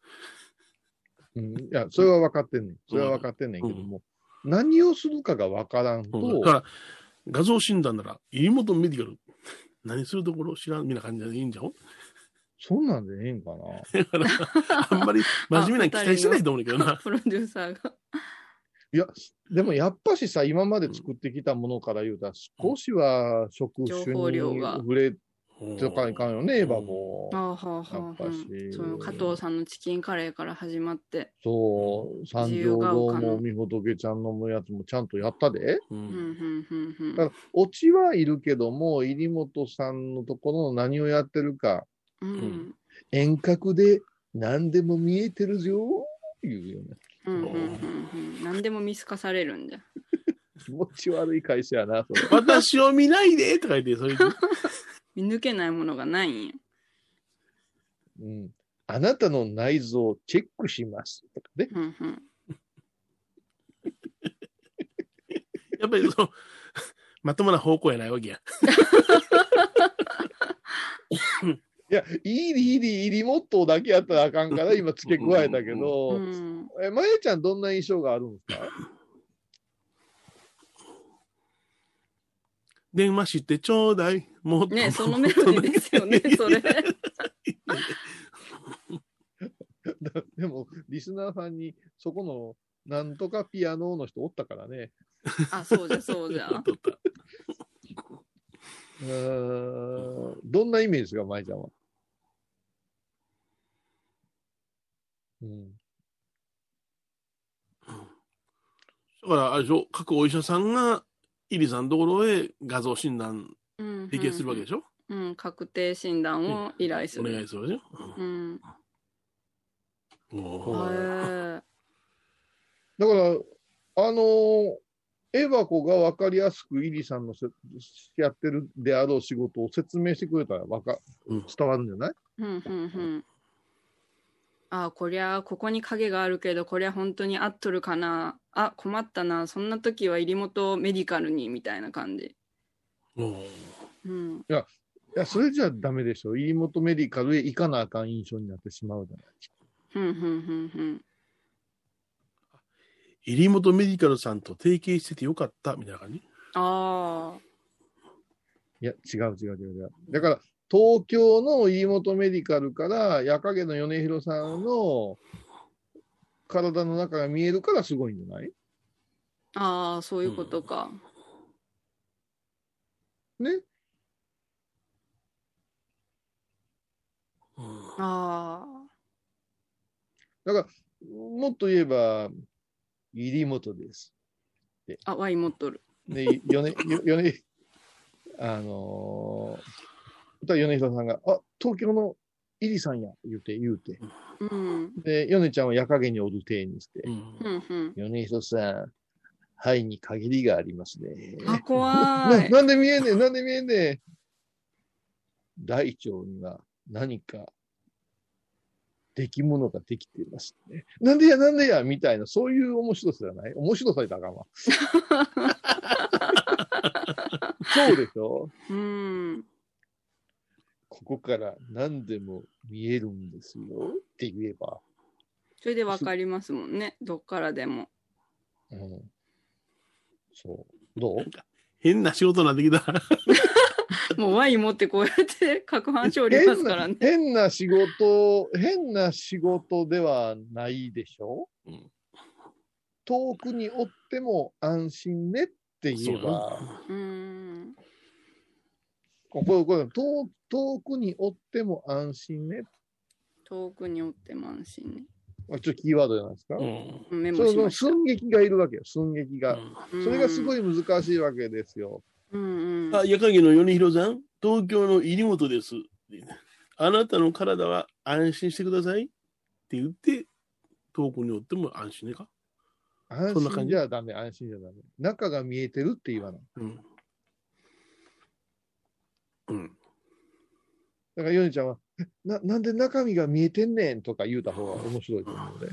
S3: うん、いや、それは分かってんねん。それは分かってんねんけども、何をするかが分からんと、
S4: うんだから、画像診断なら、入本メディカル、何するところ知らんみたいな感じでいいんじゃん
S3: そんなんでええんかな。
S4: だから、あんまり真面目な期待してないと思うんだけどな。
S2: プロデューサーが。
S3: いや、でもやっぱしさ、今まで作ってきたものから言うたら、少しは職種
S2: 情報
S3: に
S2: 量が
S3: 触れ
S4: うん
S3: てかいかんよね、エヴァも
S2: あ。はあはあ、
S3: やっぱ
S2: うん
S3: し
S2: その加藤さんのチキンカレーから始まって。
S3: そう、三
S2: 自
S3: 条
S2: 由が
S3: 堂
S2: 丘の
S3: もみほとけちゃんのやつもちゃんとやったで。
S4: う
S2: うんんうんうん
S3: だから、オチはいるけども、入本さんのところの何をやってるか、
S2: うん。うん
S3: 遠隔で何でも見えてるぞ、いうよね。
S2: うんうんうんうん。何でも見透かされるんじゃ。
S3: 気持ち悪い会社やな、それ。
S4: 私を見ないでとか言って、そういう。
S2: 見抜けないものがないんや。
S3: うん。あなたの内臓をチェックします。とかね。
S2: うんうん。
S4: やっぱりその、まともな方向やないわけや。
S3: いや、いいりいいりいいりモットーだけやったらあかんから、今付け加えたけ
S2: う
S3: ど、
S2: ん、
S3: え、まゆちゃんどんな印象があるんですか
S4: 電話してちょうだい。もっと。
S2: ねそのメロディーですよね、 それ。
S3: だでも、リスナーさんに、そこの、なんとかピアノの人おったからね。
S2: あ、そうじゃ、そうじ ゃ。
S3: うーん。どんなイメージですか、まゆちゃんは。うん。
S4: だから、あれでしょ、各お医者さんが、イリさんのところへ画像診断、
S2: うん
S4: 理系するわけでしょ、
S2: うん、確定診断を依頼す
S4: お願い
S2: る。
S4: するわけでし
S2: うん。
S4: ょ、うんお
S2: へ
S4: ー
S2: ー
S3: だから、あのーエバコが分かりやすくイリさんのせやってるであろう仕事を説明してくれたらわか
S4: うん
S3: 伝わるんじゃない
S2: うんうんうん。あこりゃここに影があるけどこりゃ本当に合っとるかなあ困ったなそんな時は入り元をメディカルにみたいな感じ。
S4: おー
S2: うん、
S3: いや、それじゃダメでしょ。イリモトメディカルへ行かなあかん印象になってしまうじゃない。
S2: ふんふんふんふん。
S4: 入本メディカルさんと提携しててよかった、みたいな感じ
S2: ああ。
S3: いや、違う違う違う違う。だから、東京の飯本メディカルから、矢影の米広さんの体の中が見えるからすごいんじゃない
S2: ああ、そういうことか。
S3: ね
S4: うん
S2: あ
S3: もっと言えば、入本です。
S2: あ。あ、ワイン持っとる。
S3: で、米、米、あのー、たら米広さんが、あ、東京の入さんや、言うて、言うて。
S2: うん。
S3: で、米ちゃんは矢影におる体にして、
S2: ふんふん。
S3: 米広さん、肺に限りがありますね。
S2: あ、
S3: な
S2: 怖い。
S3: なんで見えんねん、なんで見えんねん。大腸には何か、出来物ができていますね。なんでや、なんでや、みたいな、そういう面白さじゃない面白さじゃあかんわ。そうでしょ
S2: うん。
S3: ここから何でも見えるんですよって言えば。
S2: それでわかりますもんね。どっからでも。
S3: うん、そう。どう
S4: 変な仕事になってきた。
S2: もうワイン持ってこうやって 攪拌勝利ます
S3: 変
S2: から
S3: な
S2: ね。
S3: 変な仕事、変な仕事ではないでしょ、
S4: うん
S3: 遠くにおっても安心ねって言えば、
S2: うん。
S3: こここれ遠遠くにおっても安心ね。
S2: 遠くにおっても安心ね。
S3: まあちょっとキーワードじゃないですか。
S4: うん
S2: メ
S3: そ
S2: モ
S3: れ
S2: し
S3: の
S2: まし
S3: 寸劇がいるわけよ、寸劇が。
S2: た。
S3: それがすご
S2: い。
S3: い難しいわけですよ。
S2: うんうん。
S4: あ、夜影の米広さん、東京の入本です。あなたの体は安心してくださいって言って、遠くにおっても安心ねか。
S3: 安
S4: そんな感
S3: 心
S4: じ
S3: じゃダメ、安心じゃダメ。中が見えてるって言わない。
S4: うん。うん。
S3: だから、ヨネちゃんは、えな、なんで中身が見えてんねんとか言うた方が面白いと思うので。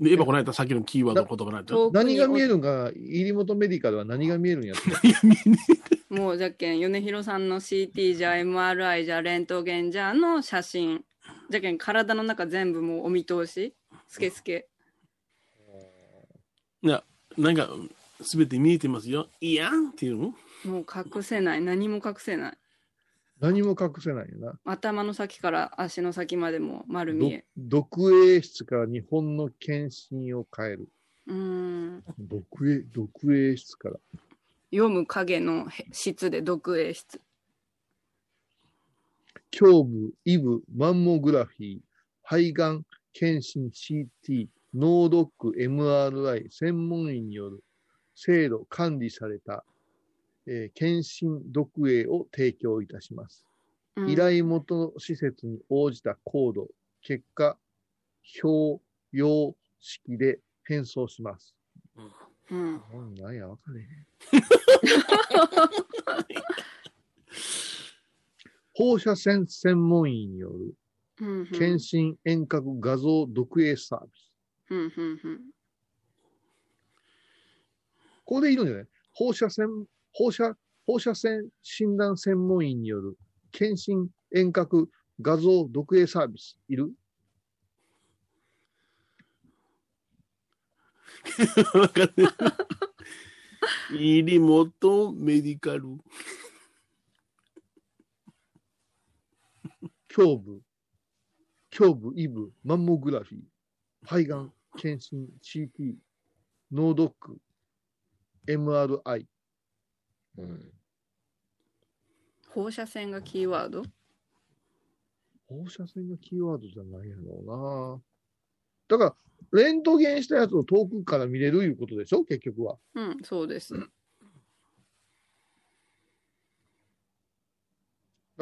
S4: で、エヴァこの間さっきのキーワードの言葉なんて。
S2: 遠く
S3: 何
S2: にお
S3: が見えるんか、入本メディカルは何が見えるんやっ て。
S4: いや見えね
S2: もうじゃっけん、米広さんの CT じゃ MRI じゃレントゲンじゃの写真。じゃっけん、体の中全部もうお見通し。スケスケ。
S4: えなんか、すべて見えてますよ。いやんっていうの
S2: もう隠せない。何も隠せない。
S3: 何も隠せないよな。
S2: 頭の先から足の先までも丸見
S3: ど
S2: え。
S3: 毒影室から日本の検診を変える。
S2: うーん。
S3: 毒影、毒影室から。
S2: 読む影のへ質で読影質。
S3: 胸部、イブ、マンモグラフィー、肺がん、検診、CT、脳ドック、MRI、専門医による制度、管理された、えー検診、読影を提供いたします。
S2: うん
S3: 依頼元の施設に応じたコード、結果、表、用、式で変装します。
S2: うん。
S3: うん、なんや、わかれへん。 放射線専門医による
S2: うん。
S3: 検診遠隔画像読影サービス。
S2: うん。うん。うん。
S3: ここでいいのじゃない放射線、放射、放射線診断専門医による検診遠隔画像読影サービス。いる
S4: わかんない。入本メディカル。
S3: 胸部、胸部、イブ、マンモグラフィー、肺がん、検診、CT、脳ドック、MRI。
S2: 放射線がキーワード
S3: 放射線がキーワードじゃないやろうな。だから、レントゲンしたやつを遠くから見れるいうことでしょ結局は。
S2: うん、そうです。
S3: だ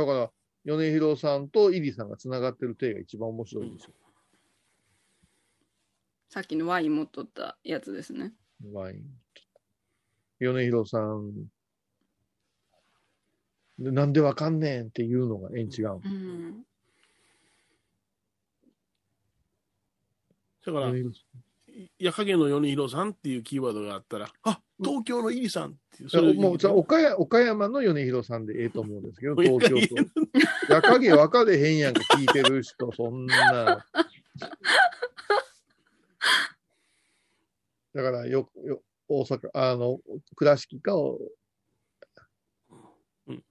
S3: から、米広さんとイリさんがつながってる体が一番面白いんですよ。
S2: さっきのワイン持っとったやつですね。
S3: ワイン。米広さん。でなんでわかんねんっていうのがえん違う。
S2: うん。
S4: だから
S3: 米、広
S4: 矢影の米広さんっていうキーワードがあったら、あ東京のイリさんっていう。
S3: さ
S4: それ
S3: もうじゃあ岡山岡山の米広さんでええと思うん ですけど、東京
S4: いやい
S3: と。やかげわかでへんやんか、聞いてる人、そんな。だからよ、よ、大阪、あの、倉敷かを。
S4: うん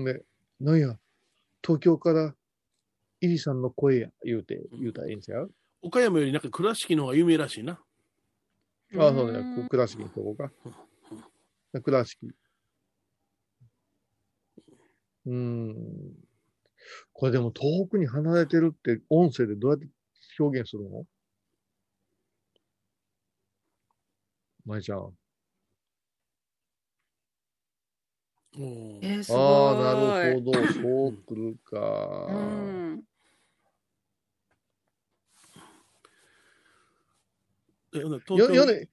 S3: んで、なんや、東京から、イリさんの声や、言うて、言うたらええんちゃう、
S4: 岡山よりなんか倉敷の方が有名らしいな。
S3: ああ、そうだね、倉敷のとこか。倉敷。うーん。これでも東北に離れてるって音声でどうやって表現するの舞ちゃん。あ
S4: おー
S2: えー、すごい。
S3: あ、なるほど。そうくるか。
S2: うん。
S4: えほな
S3: よ
S4: 東
S3: よ
S4: 京
S3: ね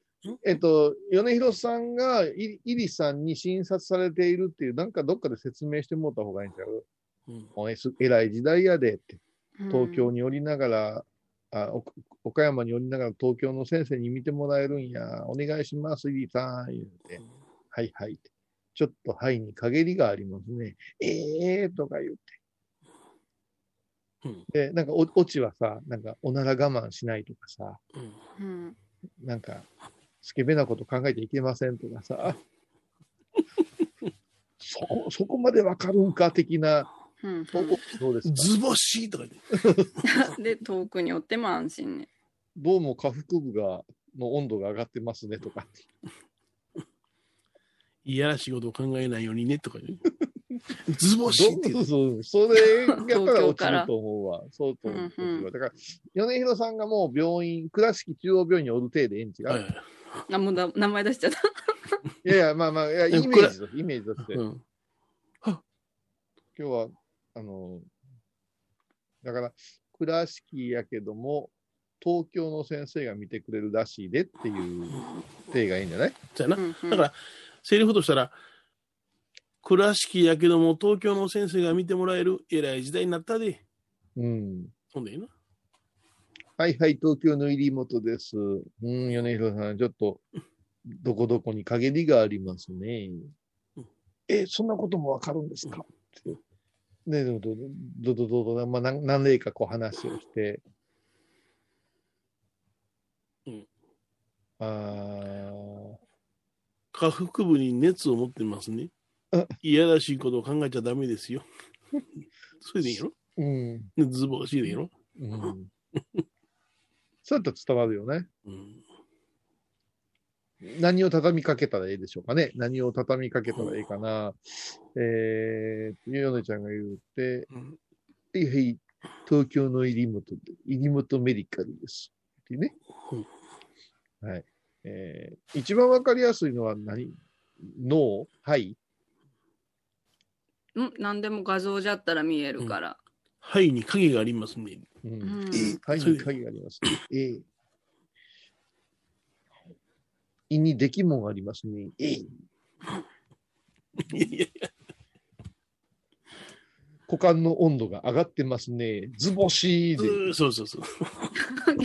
S3: えっと、米広さんがイイリさんに診察されているっていう、なんかどっかで説明してもらった方がいいんちゃう
S4: うん
S3: おいす偉い時代やでって。
S2: うん
S3: 東京に寄りながら、あお岡山に寄りながら東京の先生に見てもらえるんや、お願いします、イリさん、言うて、はいはいって。ちょっとはいに陰りがありますね。ええー、とか言
S4: うん
S3: って。で、なんかお、オチはさ、なんか、おなら我慢しないとかさ、
S4: うん
S2: うん。
S3: なんか、スケベなこと考えていけませんとかさ、 そこ、そこまでわかるんか的な、
S2: うん
S3: どうどうですか
S4: ズボシーとか言って。
S2: で、遠くにおっても安心ね。
S3: どうも下腹部が、の温度が上がってますねとか。
S4: いやらしいことを考えないようにねとか言 う。ズボシーって言
S3: そうう。そうそうそれやったら
S2: 東京
S3: 落ち
S2: から
S3: ると思うわ。 そうと思う。
S2: うんうん
S3: だから、米広さんがもう病院、倉敷中央病院におる程度ええん違う。
S4: はい
S3: い、
S2: あ、もうだ名前出しちゃった。
S3: やいや、まあまあ、いやイメージと、イメージとして。
S4: う
S3: 今
S4: ん
S3: 日は、あの、だから、倉敷やけども、東京の先生が見てくれるらしいでっていう体がいいんじゃない
S4: じゃあな
S2: う。んうん
S4: だから、セリフとしたら、倉敷やけども東京の先生が見てもらえる偉い時代になったで。
S3: うん。
S4: ほんでいいな。
S3: はいはい、東京の入り元です。うん、米広さん、ちょっと、どこどこに陰りがありますね
S4: うん。
S3: え、そんなこともわかるんですかって。ね、でもど、ど、ど、ど、ど、まあ、何何例かこう話をして。
S4: うん
S3: あ
S4: 下腹部に熱を持ってますね
S3: あ。
S4: いやらしいことを考えちゃダメですよ。それでいいの
S3: ーうん、
S4: ズボシーでいいの
S3: うん。 そうやったら伝わるよね。
S4: うん。
S3: 何を畳みかけたらいいでしょうかね。何を畳みかけたらいいかな。えー、ヨネちゃんが言うて、
S4: うん
S3: はいはい、東京の入り元で、入り元メディカルです。ってね。はい。えー、一番わかりやすいのは何脳肺
S2: うん、何でも画像じゃったら見えるから。
S4: 肺に影がありますね。
S3: う。
S2: うんん。
S3: 肺に鍵がありますね。ええ胃にできもんがありますね。ええ
S4: いやいや
S3: 股間の温度が上がってますね。ズボシーで。
S4: うん そうそうそう。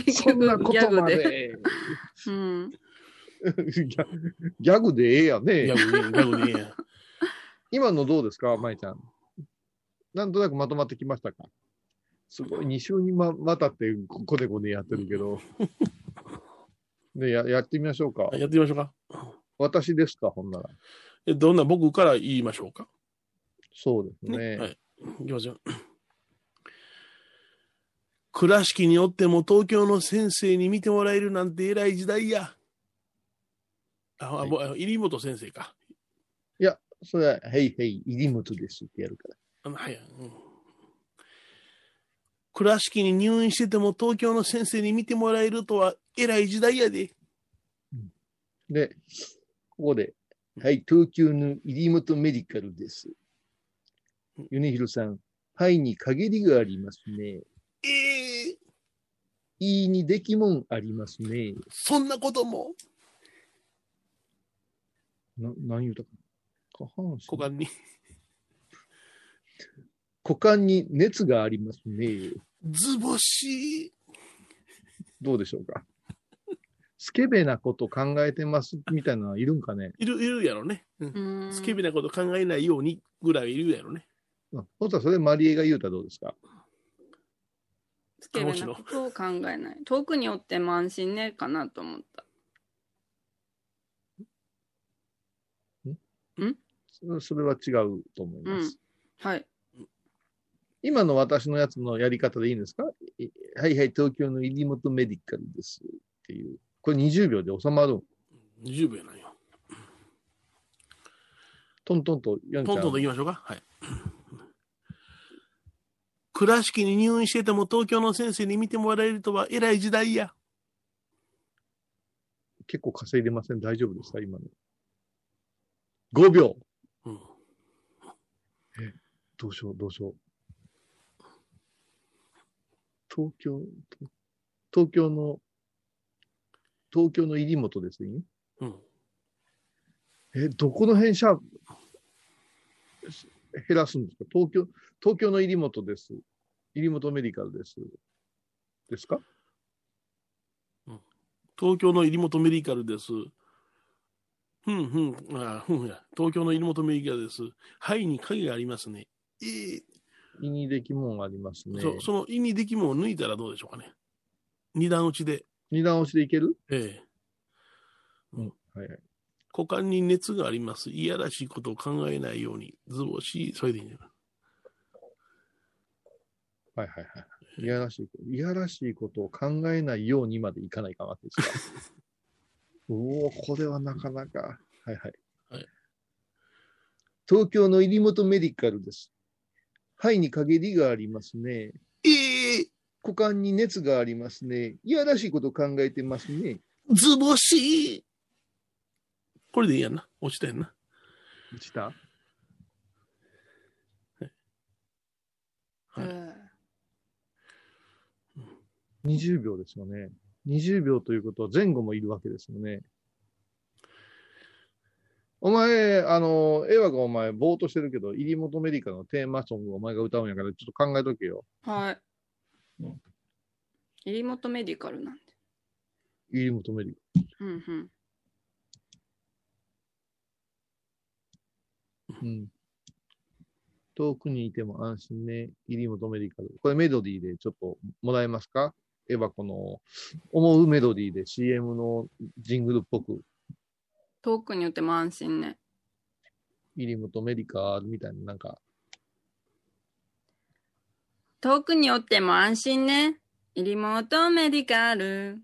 S2: 結
S3: そんな
S2: 局
S3: こ
S2: ギャ
S3: と
S2: グ
S3: ま
S2: で。
S3: で。
S2: うん。
S3: ギャギャグでええや
S4: ギ
S3: ね。
S4: ャグね、ギャ グね。
S3: 今のどうですか、舞ちゃん。なんとなくまとまってきましたかすごい、2週にままたって、ここでこねやってる けど。でややってみましょうか
S4: あ。やってみましょうか。
S3: 私ですか、ほんなら。
S4: えどんな僕から言いましょうか。
S3: そうですね。
S4: ねはい。いきますよ。 倉敷におっても東京の先生に見てもらえるなんて偉い時代や。あ、あぼあ入本先生か。
S3: それは、へいへい、入りむつですってやるから。
S4: あのはい、うん倉敷に入院してても東京の先生に見てもらえるとは偉い時代やで。
S3: で、ここで、はい、東京の入本メディカルです。米広さん、肺に限りがありますね。
S4: ええ
S3: いいにできもんありますね。
S4: そんなことも
S3: な、何言うたかな。下半身
S4: 股間に。
S3: 股間に熱がありますね。
S4: 図星。
S3: どうでしょう か。スケベなこと考えてますみたいなのはいるんかね。
S4: いる、いるやろね。うん
S2: うん
S4: スケベなこと考えないようにぐらいいるやろね。
S3: うんそしたらそれマリエが言うたらどうですか。
S2: スケベなことを考えない。遠くにおっても安心ねかなと思った。
S3: そそれは違うと思います。
S2: はい。
S3: 今の私のやつのやり方でいいんですかいはいはい、東京の入本メディカルですっていう。これ20秒で収まるん。
S4: 20秒なんよ。
S3: トントンと読んち
S4: トン
S3: ゃ
S4: トンと
S3: う。
S4: 行きましょうか。はい。倉敷に入院してても東京の先生に見てもらえるとは偉い時代や。
S3: 結構稼いでません。大丈夫ですか今の。5秒。
S4: うん
S3: どうしよう、どうしよう。東京、と東京の、東京の入本ですね。
S4: うん
S3: え、どこの辺シャープ、減らすんですか東京、東京の入本です。入本メディカルです。ですか
S4: 東京の入本メディカルです。ふんふん、あふんや。東京の入本メディカルです。肺に影がありますね。ええ
S3: 意にできもんありますね。
S4: そその意味できもを抜いたらどうでしょうかね。二段打ちで。
S3: 二段押しでいける
S4: ええ
S3: はいはい。
S4: 股間に熱があります。いやらしいことを考えないように。図星、それでいいんじゃない
S3: はいはいはい。いやらしい、いやらしいことを考えないようにまでいかないかなですか。おお、これはなかなか。はいはい。
S4: はい
S3: 東京の入本メディカルです。肺に陰りがありますね。
S4: ええ
S3: 股間に熱がありますね。いやらしいことを考えてますね。
S4: 図星これでいいやんな。落ちたやんな。
S3: ちた
S4: はい
S2: うん
S3: 20秒ですよね。20秒ということは前後もいるわけですよね。お前、あの、エヴァがお前、ぼーっとしてるけど、入本メディカのテーマソングをお前が歌うんやから、ちょっと考えとけよ。
S2: はい。入り元メディカルなんで。
S3: 入本メディカ。
S2: うんうん。
S3: うん。遠くにいても安心ね。入本メディカル。これメロディーでちょっともらえますかエヴァこの、思うメロディーで CM のジングルっぽく、
S2: 遠くにおっても安心ね。
S3: 入本メディカルみたいな、なんか、
S2: 遠くにおっても安心ね。入り元メディカル。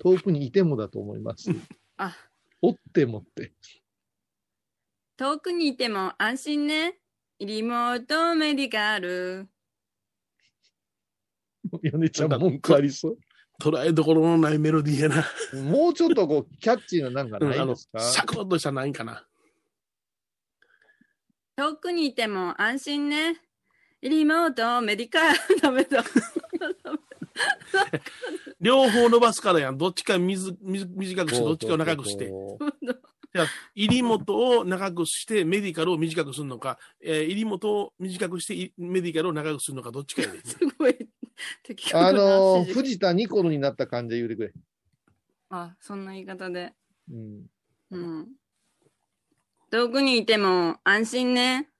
S3: 遠くにいてもだと思います。
S2: あ、
S3: おってもって。
S2: 遠くにいても安心ね。入り元メディカル。
S3: 米ちゃん文句ありそ
S4: 捉えどころのないメロディーやな。
S3: う。もうちょっとこう、キャッチーななんかないですか、
S4: サクッとしたないんかな。
S2: 遠くにいても安心ね。入り元メディカル。ダメだ。
S4: 両方伸ばすからやん。どっちか水水短くして、どっちかを長くして。入り元を長くして、メディカルを短くするのか、えー入り元を短くして、いメディカルを長くするのか、どっち かやねん
S2: すごい。的確な
S3: あの
S2: 指示
S3: ー、藤田ニコルになった感じで言うてくれ。
S2: あ、そんな言い方で。
S3: うん。
S2: うん。遠くにいても安心ね。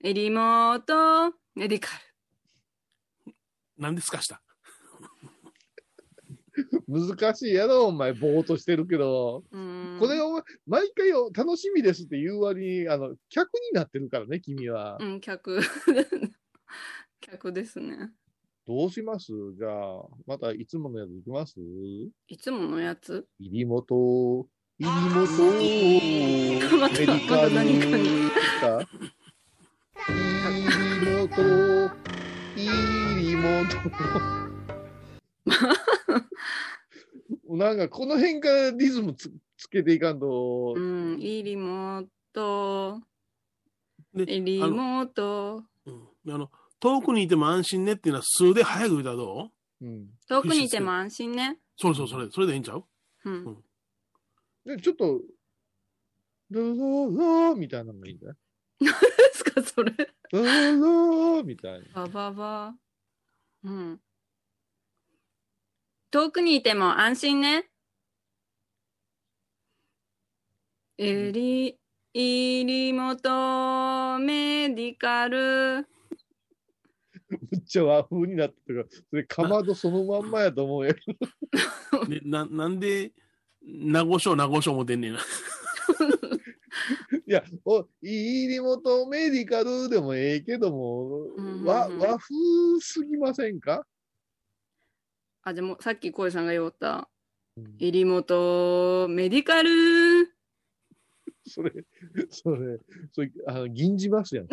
S2: リモートメディカ
S4: 何ですかした。
S3: 難しいやろ、お前、ぼーっとしてるけど。
S2: ル。うん。
S3: これを、毎回を楽しみですって言う割に、あの、客になってるからね、君は。
S2: うん、客。 客ですね。
S3: どうしますじゃあ、またいつものやついきます
S2: いつものやつ
S3: 入り元、入り元、メデ
S2: またまた何かに
S3: いいか妹、いい妹。なんかこの辺からリズムつつけていかんと
S2: う、ん、いいリモート、
S4: で
S2: リ
S4: あの
S2: モート。
S4: うんあの、遠くにいても安心ねっていうのは数で早く言うたらどう
S3: うん、
S2: 遠くにいても安心ね。
S4: そうそう、それ、それでいいんち ゃう
S2: うん
S4: うん
S3: でちょっと、ラララみたいなのがいいんじゃない
S2: ですか、それ。
S3: ラララみたいな。
S2: ばばば。うん。遠くにいても安心ね。えり、いりもとメディカル。
S3: めっちゃ和風になってたから、それかまどそのまんまやと思うやけど。
S4: でななんで、名護賞、名護賞も出んねんな。
S3: いや、お、いいリモートメディカルでもええけども
S2: うんうんう、ん
S3: 和、和風すぎませんか
S2: あ、でもさっき小井さんが言おった
S3: うん。
S2: いりもとメディカル。違
S3: それ、それ、それ、あの、銀じますやん。
S2: う、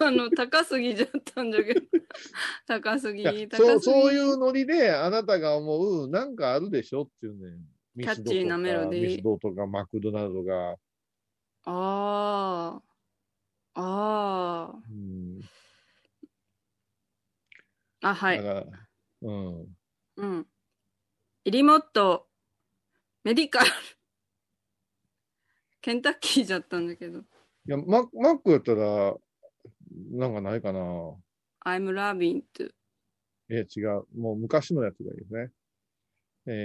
S2: あの、高すぎちゃったんだけど。 高すぎ
S3: いや、
S2: 高す
S3: そう、
S2: ぎ。
S3: そういうノリで、あなたが思う、なんかあるでしょっていうね。ミスドとか
S2: キャッチーなメロディー
S3: ミスドとかマクドナルドが、
S2: ああ。ああ。
S3: うん、
S2: あ、は
S3: だ
S2: い
S3: か。ら、うん。
S2: うん。リモット、メディカル。ケンタッキーじゃったんだけど。
S3: いや、ママックやったら、なんかないかな。
S2: I'm loving it.
S3: え、違う。もう昔のやつがいいですね。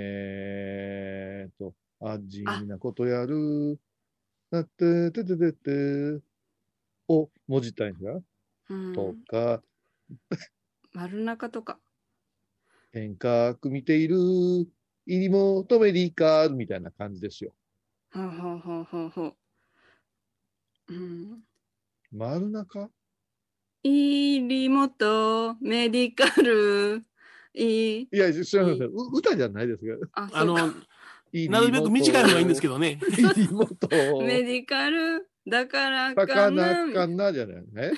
S3: えーっと、あ地味なことやる。だって、てててて、を文字単位が、
S2: う
S3: と
S2: ん。
S3: か、
S2: 丸中とか。
S3: 変革見ている、入りも止めりか、みたいな感じですよ。
S2: ほうほうほうほうほう。うん。
S3: 丸中
S2: いいリモット、メディカル。いい。
S3: いや、知らないですう歌じゃないですけど。
S2: あ、
S4: あ
S2: そう
S4: の
S2: か。、
S4: なるべく短い方がいいんですけ
S3: ど。
S4: どね。
S3: 入りも と、
S2: メディカル、だから
S3: な
S2: か
S3: か
S2: な。
S3: なかなじゃないね。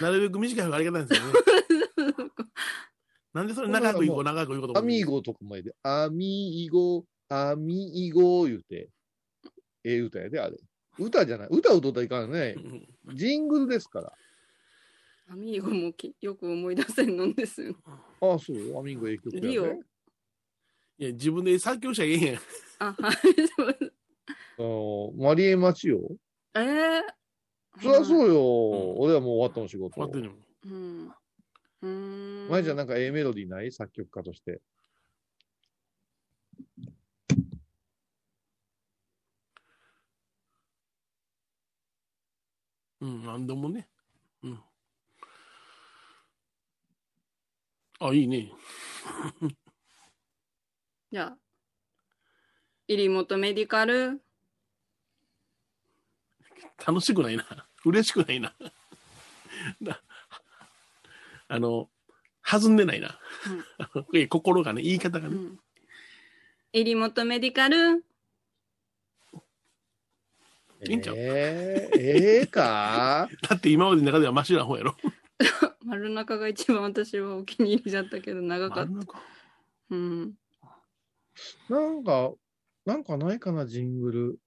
S4: なるべく短い方がありがたいんですよ ね。なんでそれ長くいこう、長くいこうと
S3: ア
S4: 思う。
S3: ミーゴとかもええで、アミーゴ、アミーゴ言うて、ええ歌やで、あれ。歌じゃない。歌歌うといかんね
S4: う。ん
S3: ジングルですから。
S2: アミーゴもきよく思い出せんのんですよ。
S3: ああ、そう、アミーゴええ曲やで。
S2: リオ
S4: いや、自分で作業者ええへん。
S2: あ、はい。
S3: あのマリエマチよ。
S2: えー。
S3: そりゃそうよ。
S4: うん
S3: 俺はもう終わったの仕事。
S4: 終わってんの。
S2: うん。うーん。
S3: 前じゃんなんかええメロディーない作曲家として。
S4: うん、なんでもね。うん。あ、いいね。
S2: じゃあ、入り元メディカル、
S4: 楽しくないな。 嬉しくない な。なあの、弾んでないな。え 心がね、言い方が
S2: う
S4: ね。
S2: ん。入り元メディカル、
S4: いいんちゃう
S3: ええええか
S4: だって今までの中ではマシな方やろ。
S2: 丸中が一番私はお気に入りだったけど、長か
S4: あ
S2: っ
S4: ん
S2: た。
S4: なか
S2: うん。
S3: なんか、なんかないかな、ジングル。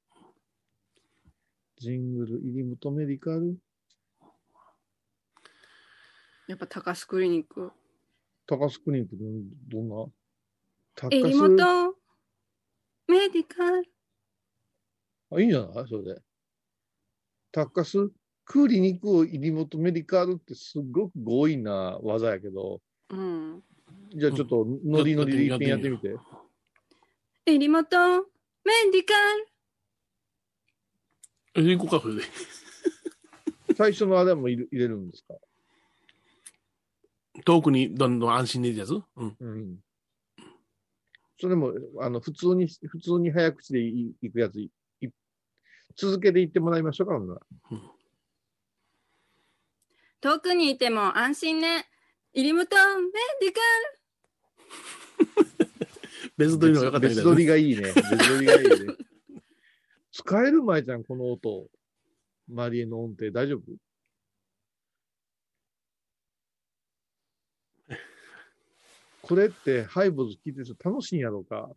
S3: ジングル、入り求めリカル。
S2: やっぱ高須クリニック。
S3: 高須クリニックどんな高
S2: 入り
S3: 須
S2: 元メディカル、
S3: あ、いいんじゃないそれで。高須クリニックを入り元メディカルってすごく強引な技やけど、
S2: うん。
S3: じゃあちょっとノリノリで一遍やってみて。
S2: 入り元メディカル、
S4: え行こうか、それで。
S3: 最初のあれも入れ入れるんですか
S4: 遠くにどんどん安心できるやつうん。
S3: うん。それも、あの、普通に、普通に早口でいいくやつい、い続けていってもらいましょうか、ほんなら
S2: 遠くにいても安心ね。入り元メディカ
S4: 別撮りの方が良かった
S3: 別
S4: みたいな
S3: 撮りがいいね。 別撮りがいいね。 使える前じゃん、この音。マリエの音程大丈夫これってハイボーズ聞いてる人楽しいんやろうか。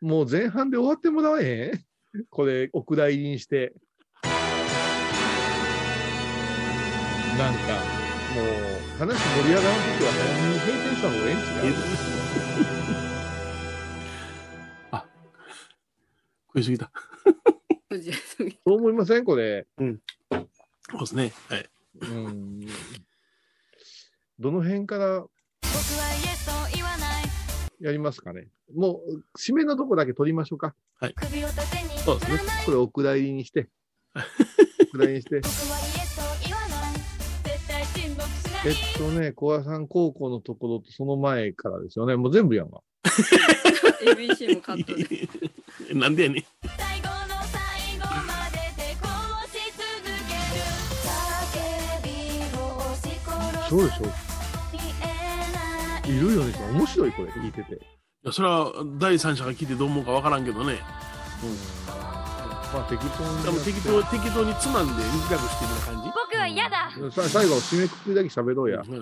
S3: もう前半で終わってもらわへんこれ、お蔵入りにして。なんか、もう、話盛り上がらんときは早めに閉店した方がええんちゃう
S4: あ、食いすぎた。
S2: 無事です み
S3: そう思いませんこれ。
S4: そうですね。はい。
S3: うん。どの辺からやりますかね。もう、締めのとこだけ取りましょうか。
S4: そうですね。
S3: これ、お蔵入りにして。お蔵入りにして。えっとね、小和さん高校のところとその前からですよね。もう全部やんわ。
S2: ABC もカットで。
S4: なんでやねん。
S3: そうでしょ。いるよね。面白い、これ、聞いてて。
S4: いやそれは第三者が聞いてどう思うかわからんけどね。
S3: まあ、適当に
S4: でも適当適当につまんで短くしてるような感じ。
S5: 僕は嫌だ
S3: さ最後、締めくくりだけ喋ろうや。
S4: うん
S5: 僕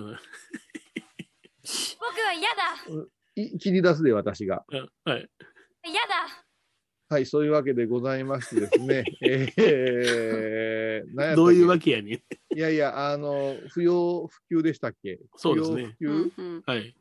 S5: は嫌だ
S3: い切り出すで、私が。
S4: はい。
S5: 嫌だ
S3: はい、そういうわけでございましてです ね。えー、なんやったっけ
S4: どういうわけやねん。
S3: いやいや、あの、不要不急でしたっけ
S4: そうですね。
S2: う
S3: 不要不
S2: ん
S3: 急
S2: うん
S4: はい。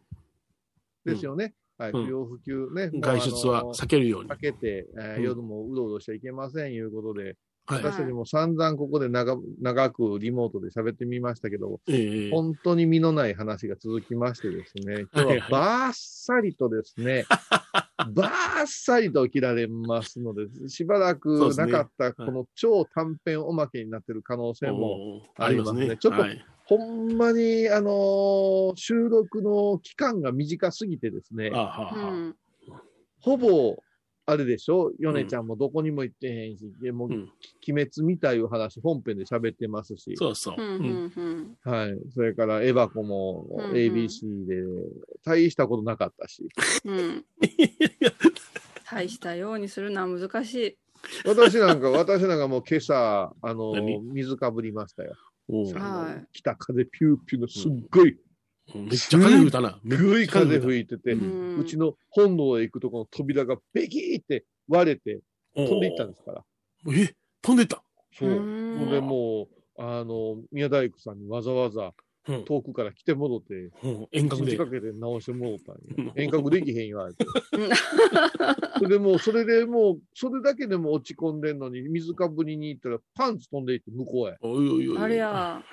S3: ですよね。はい、
S4: うん
S3: 不要不急ね。もう
S4: 外出
S3: あ
S4: は
S3: の
S4: 避けるように。
S3: 避けて、えー
S4: うん
S3: 夜もうろうろしちゃいけません、いうことで、
S4: はい。
S3: 私たちも散々ここで長長くリモートで喋ってみましたけど、
S4: ええ
S3: 本当に身のない話が続きましてですね、今
S4: はい
S3: 日
S4: は
S3: はいバーッサリとです ね、バーッサリと切られますので、しばら
S4: そう
S3: く
S4: です
S3: な
S4: ね
S3: かったこの超短編おまけになってる可能性も、
S4: おー
S3: ありますね
S4: あり
S3: ちょっと
S4: はい
S3: ほんまに、あのー収録の期間が短すぎてですね
S4: あ、はあはあ
S2: うん
S3: ほぼ、あれでしょ、ヨネちゃんもどこにも行ってへんし、でもう、
S4: うん
S3: 鬼滅みたいいう話、本編で喋ってますし、
S4: そうそ
S2: う
S4: う。
S2: ん
S4: うん
S2: うん
S3: はい。それから、エバコも
S2: うんうん
S3: ABC で、大したことなかったし、
S2: うんうん大したようにするのは難しい。
S3: 私なん か、私なんかもう今朝、あの
S4: 何、
S3: 水かぶりましたよ。
S4: おー
S2: は
S3: 来た風ピューピューの、すっごい、
S4: めっちゃ風吹いたな。
S3: すっごい風
S4: い
S3: 吹いてて、
S4: う
S2: い。
S4: ん
S2: ん
S3: うちの本堂へ行くとこの扉がベキーって割れて、
S4: た
S3: 飛んでいったんですから。
S4: おーえ、飛んでいった。
S3: そうう。
S2: ん
S3: ほんでもう、あの、宮大工さんにわざわざ
S4: うん
S3: 遠くから来て戻って、
S4: うん遠
S3: 一
S4: 隔
S3: 日
S4: で
S3: か。けて直して戻ったんや。
S4: うん
S3: 遠隔できへん言わ れて
S2: うん。
S3: それでもう、それでもう、それだけでも落ち込んでんのに、水かぶりに行ったら、パンツ飛んでいって、向こうへ。
S4: おいおいおいおい
S2: あれ。や。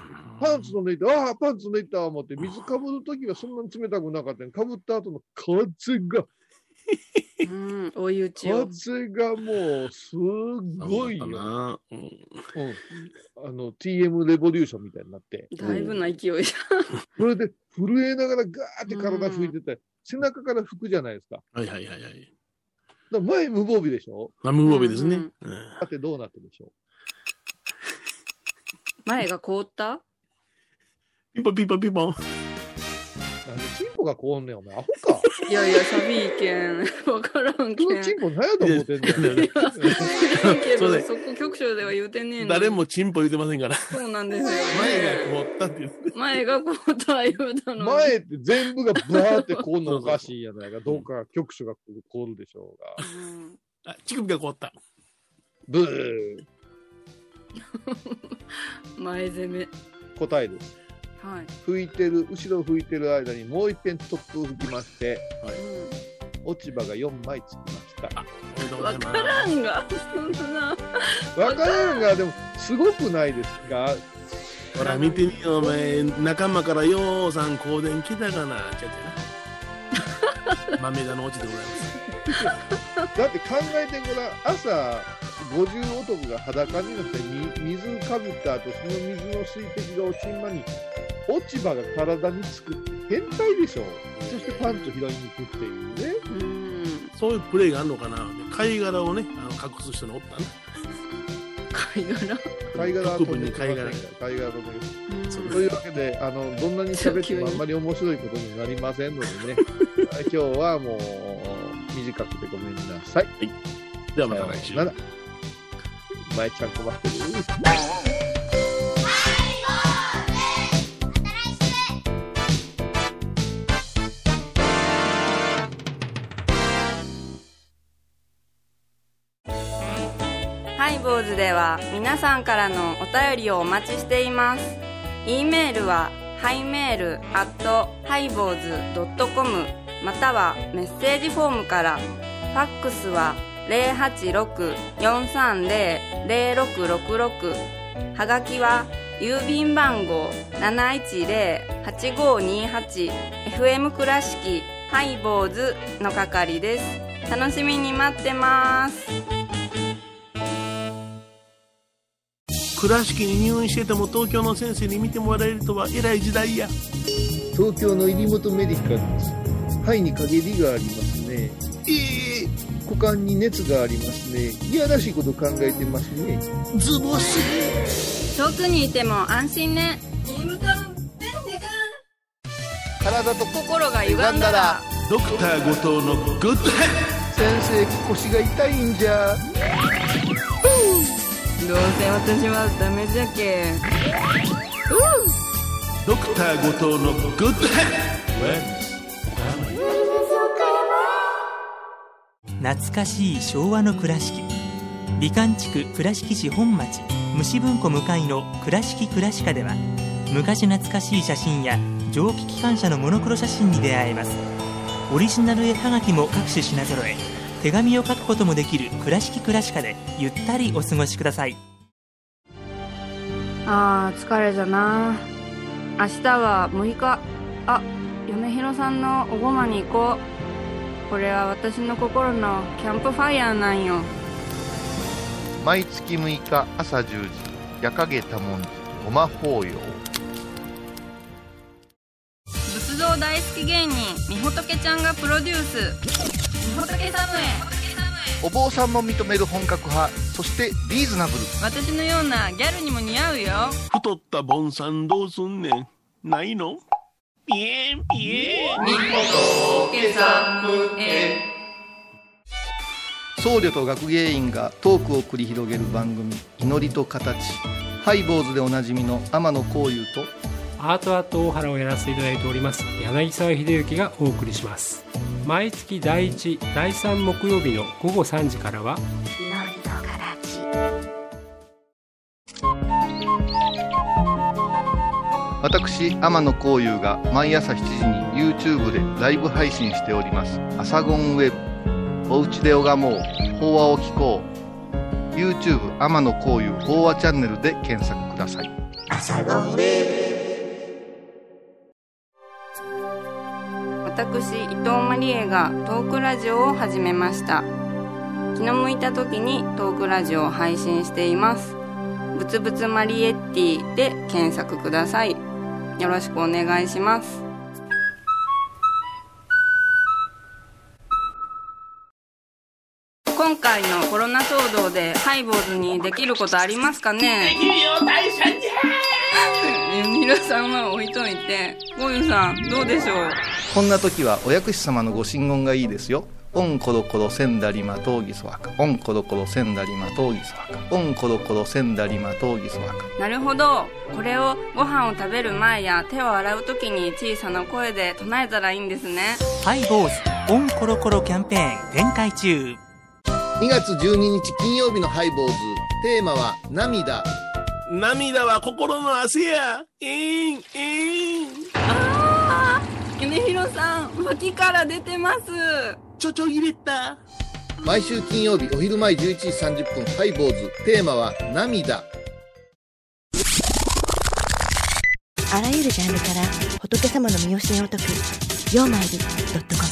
S3: パンツ飛んでいって、ああ、パンツ飛んでいった思って、水かぶるときはそんなに冷たくなかったんやかぶった後の風が、
S2: うん、追い打ちを。
S3: 風がもう、すごいよ。
S4: なんだな。うん
S3: うんあの、TM レボリューションみたいになって。
S2: だいぶな勢いじ
S3: それで、震えながらガーって体拭いてて、背中から拭くじゃないですか。
S4: はいはいはいはい。
S3: だから前無防備でしょ
S4: ナムゴベですね。
S2: う
S4: うんん
S3: だってどうなってるでしょ
S2: ゃん。前が凍った
S4: ピンポンピンポンピンポン。
S3: なんでチンポが凍んねん、お前。アホか。
S2: いやいや、サビいけん。 わからんけ
S3: そ
S2: ん。
S3: のチンポ何やと思ってんねん。
S2: け
S4: そう
S2: ど、
S4: ね
S2: そこ局所では言うてんねえのに
S4: 誰。もチンポ言ってませんから。
S2: そうなんですよ、ね。
S4: 前が凍ったっていう。
S2: 前がこうとは言うたのに。
S3: 前って全部がバーって凍んのおかしいやないか。どうか局所が凍るでしょうが。
S2: うん
S4: あ、乳首が凍った。
S3: ブー。
S2: 前攻め。
S3: 答えです。
S2: はい。
S3: 拭いてる、後ろ拭いてる間にもう一遍トップを拭きまして、落ち葉が4枚つきました。
S4: おめでと
S2: うん
S4: うござい
S2: わ
S4: ま
S2: からんが、そんな。
S3: わからんが、でも、すごくないですか
S4: す。ほら、見てみよ、お前。仲間からようさん香典来たか な。ちゃうちゃうな。豆田のオチでございます。
S3: だって考えてごらん、朝、50男が裸になってみ水かぶった後、その水の水滴が落ちんまに、落ち葉が体につくって変態でしょ。そしてパンツ拾いに行くっていうね。
S2: うん。
S4: そういうプレイがあるのかな。貝殻をね、あの隠す人のおったね。
S2: 貝殻。
S3: 貝殻は
S4: 特に
S3: 飛ん
S4: 貝
S3: で
S4: 殻
S3: きませんから貝殻は飛んできません
S2: うん
S3: というわけで、あの、どんなに喋ってもあんまり面白いことになりませんのでね、今日はもう、短くてごめんなさい。
S4: ではまた来
S3: さ
S4: 週。
S3: ようならまえちゃん困ってる。
S10: 「
S9: ハイボーズでは皆さんからのお便りをお待ちしています。e メールはハイメール at highbows.com またはメッセージフォームから。ファックスは086-430-0666はがきは郵便番号 710-8528FM 倉敷ハイボーズの係です。楽しみに待ってます。
S4: 倉敷に入院してても東京の先生に見てもらえるとは偉い時代や
S3: 東京の入元メディカルです肺に陰りがありますね
S4: ええ
S3: 股間に熱がありますねいやらしいこと考えてますね
S4: ズボス
S9: 遠くにいても安心ね
S8: 体と
S9: 心が歪んだら
S4: ドクター後藤のグッドヘッド
S3: 先生腰が痛いんじゃ
S9: どうせ私はダメじゃけ
S4: ドクター後藤のグッドヘッド
S10: 懐かしい昭和の倉敷美観地区倉敷市本町虫文庫向かいの「倉敷倉歯科」では昔懐かしい写真や蒸気機関車のモノクロ写真に出会えますオリジナル絵はがきも各種品揃え手紙を書くこともできる「倉敷倉歯科」でゆったりお過ごしください
S9: あー疲れじゃな明日は6日あ嫁ひろさんのおごまに行こうこれは私の心のキャンプファイヤーなんよ
S8: 毎月6日朝10時夜影多文字ごま法要
S9: 仏像大好き芸人みほとけちゃんがプロデュースみほとけサムエ
S8: お坊さんも認める本格派そしてリーズナブル
S9: 私のようなギャルにも似合うよ
S4: 太ったボンさんどうすんねんないのピエンピエン
S8: 僧侶と学芸員がトークを繰り広げる番組「祈りと形」ハイ坊主でおなじみの天野幸雄と
S11: アートアート大原をやらせていただいております柳沢秀行がお送りします毎月第1第3木曜日の午後3時からは
S8: 私天野幸雄が毎朝7時に YouTube でライブ配信しております「アサゴンウェブ」「おうちで拝もう法話を聞こう」YouTube 天野幸雄法話チャンネルで検索ください
S9: 私伊藤マリエがトークラジオを始めました気の向いた時にトークラジオを配信していますぶつぶつマリエッティで検索くださいよろしくお願いします今回のコロナ騒動でハイボーズにできることありますかねミラさんは置いといてゴユさんどうでしょう
S8: こんな時はお薬師様のご神言がいいですよ。オンコロコロセンダリマトーギソワカ。オンコロコロセンダリマトーギソワカ。オンコロコロセンダリマトーギソワカ。
S9: なるほどこれをご飯を食べる前や手を洗う時に小さな声で唱えたらいいんですね
S10: ハイボーズオンコロコロキャンペーン展開中
S3: 2月12日金曜日のハイボーズテーマは涙
S4: 涙は心の汗やえんえん
S9: あー米広さん脇から出てます
S4: ちょちょ入れた
S3: 毎週金曜日お昼前11時30分ハイボーズテーマは涙
S12: あらゆるジャンルから仏様の身教えを解く「曜マイルドットコム」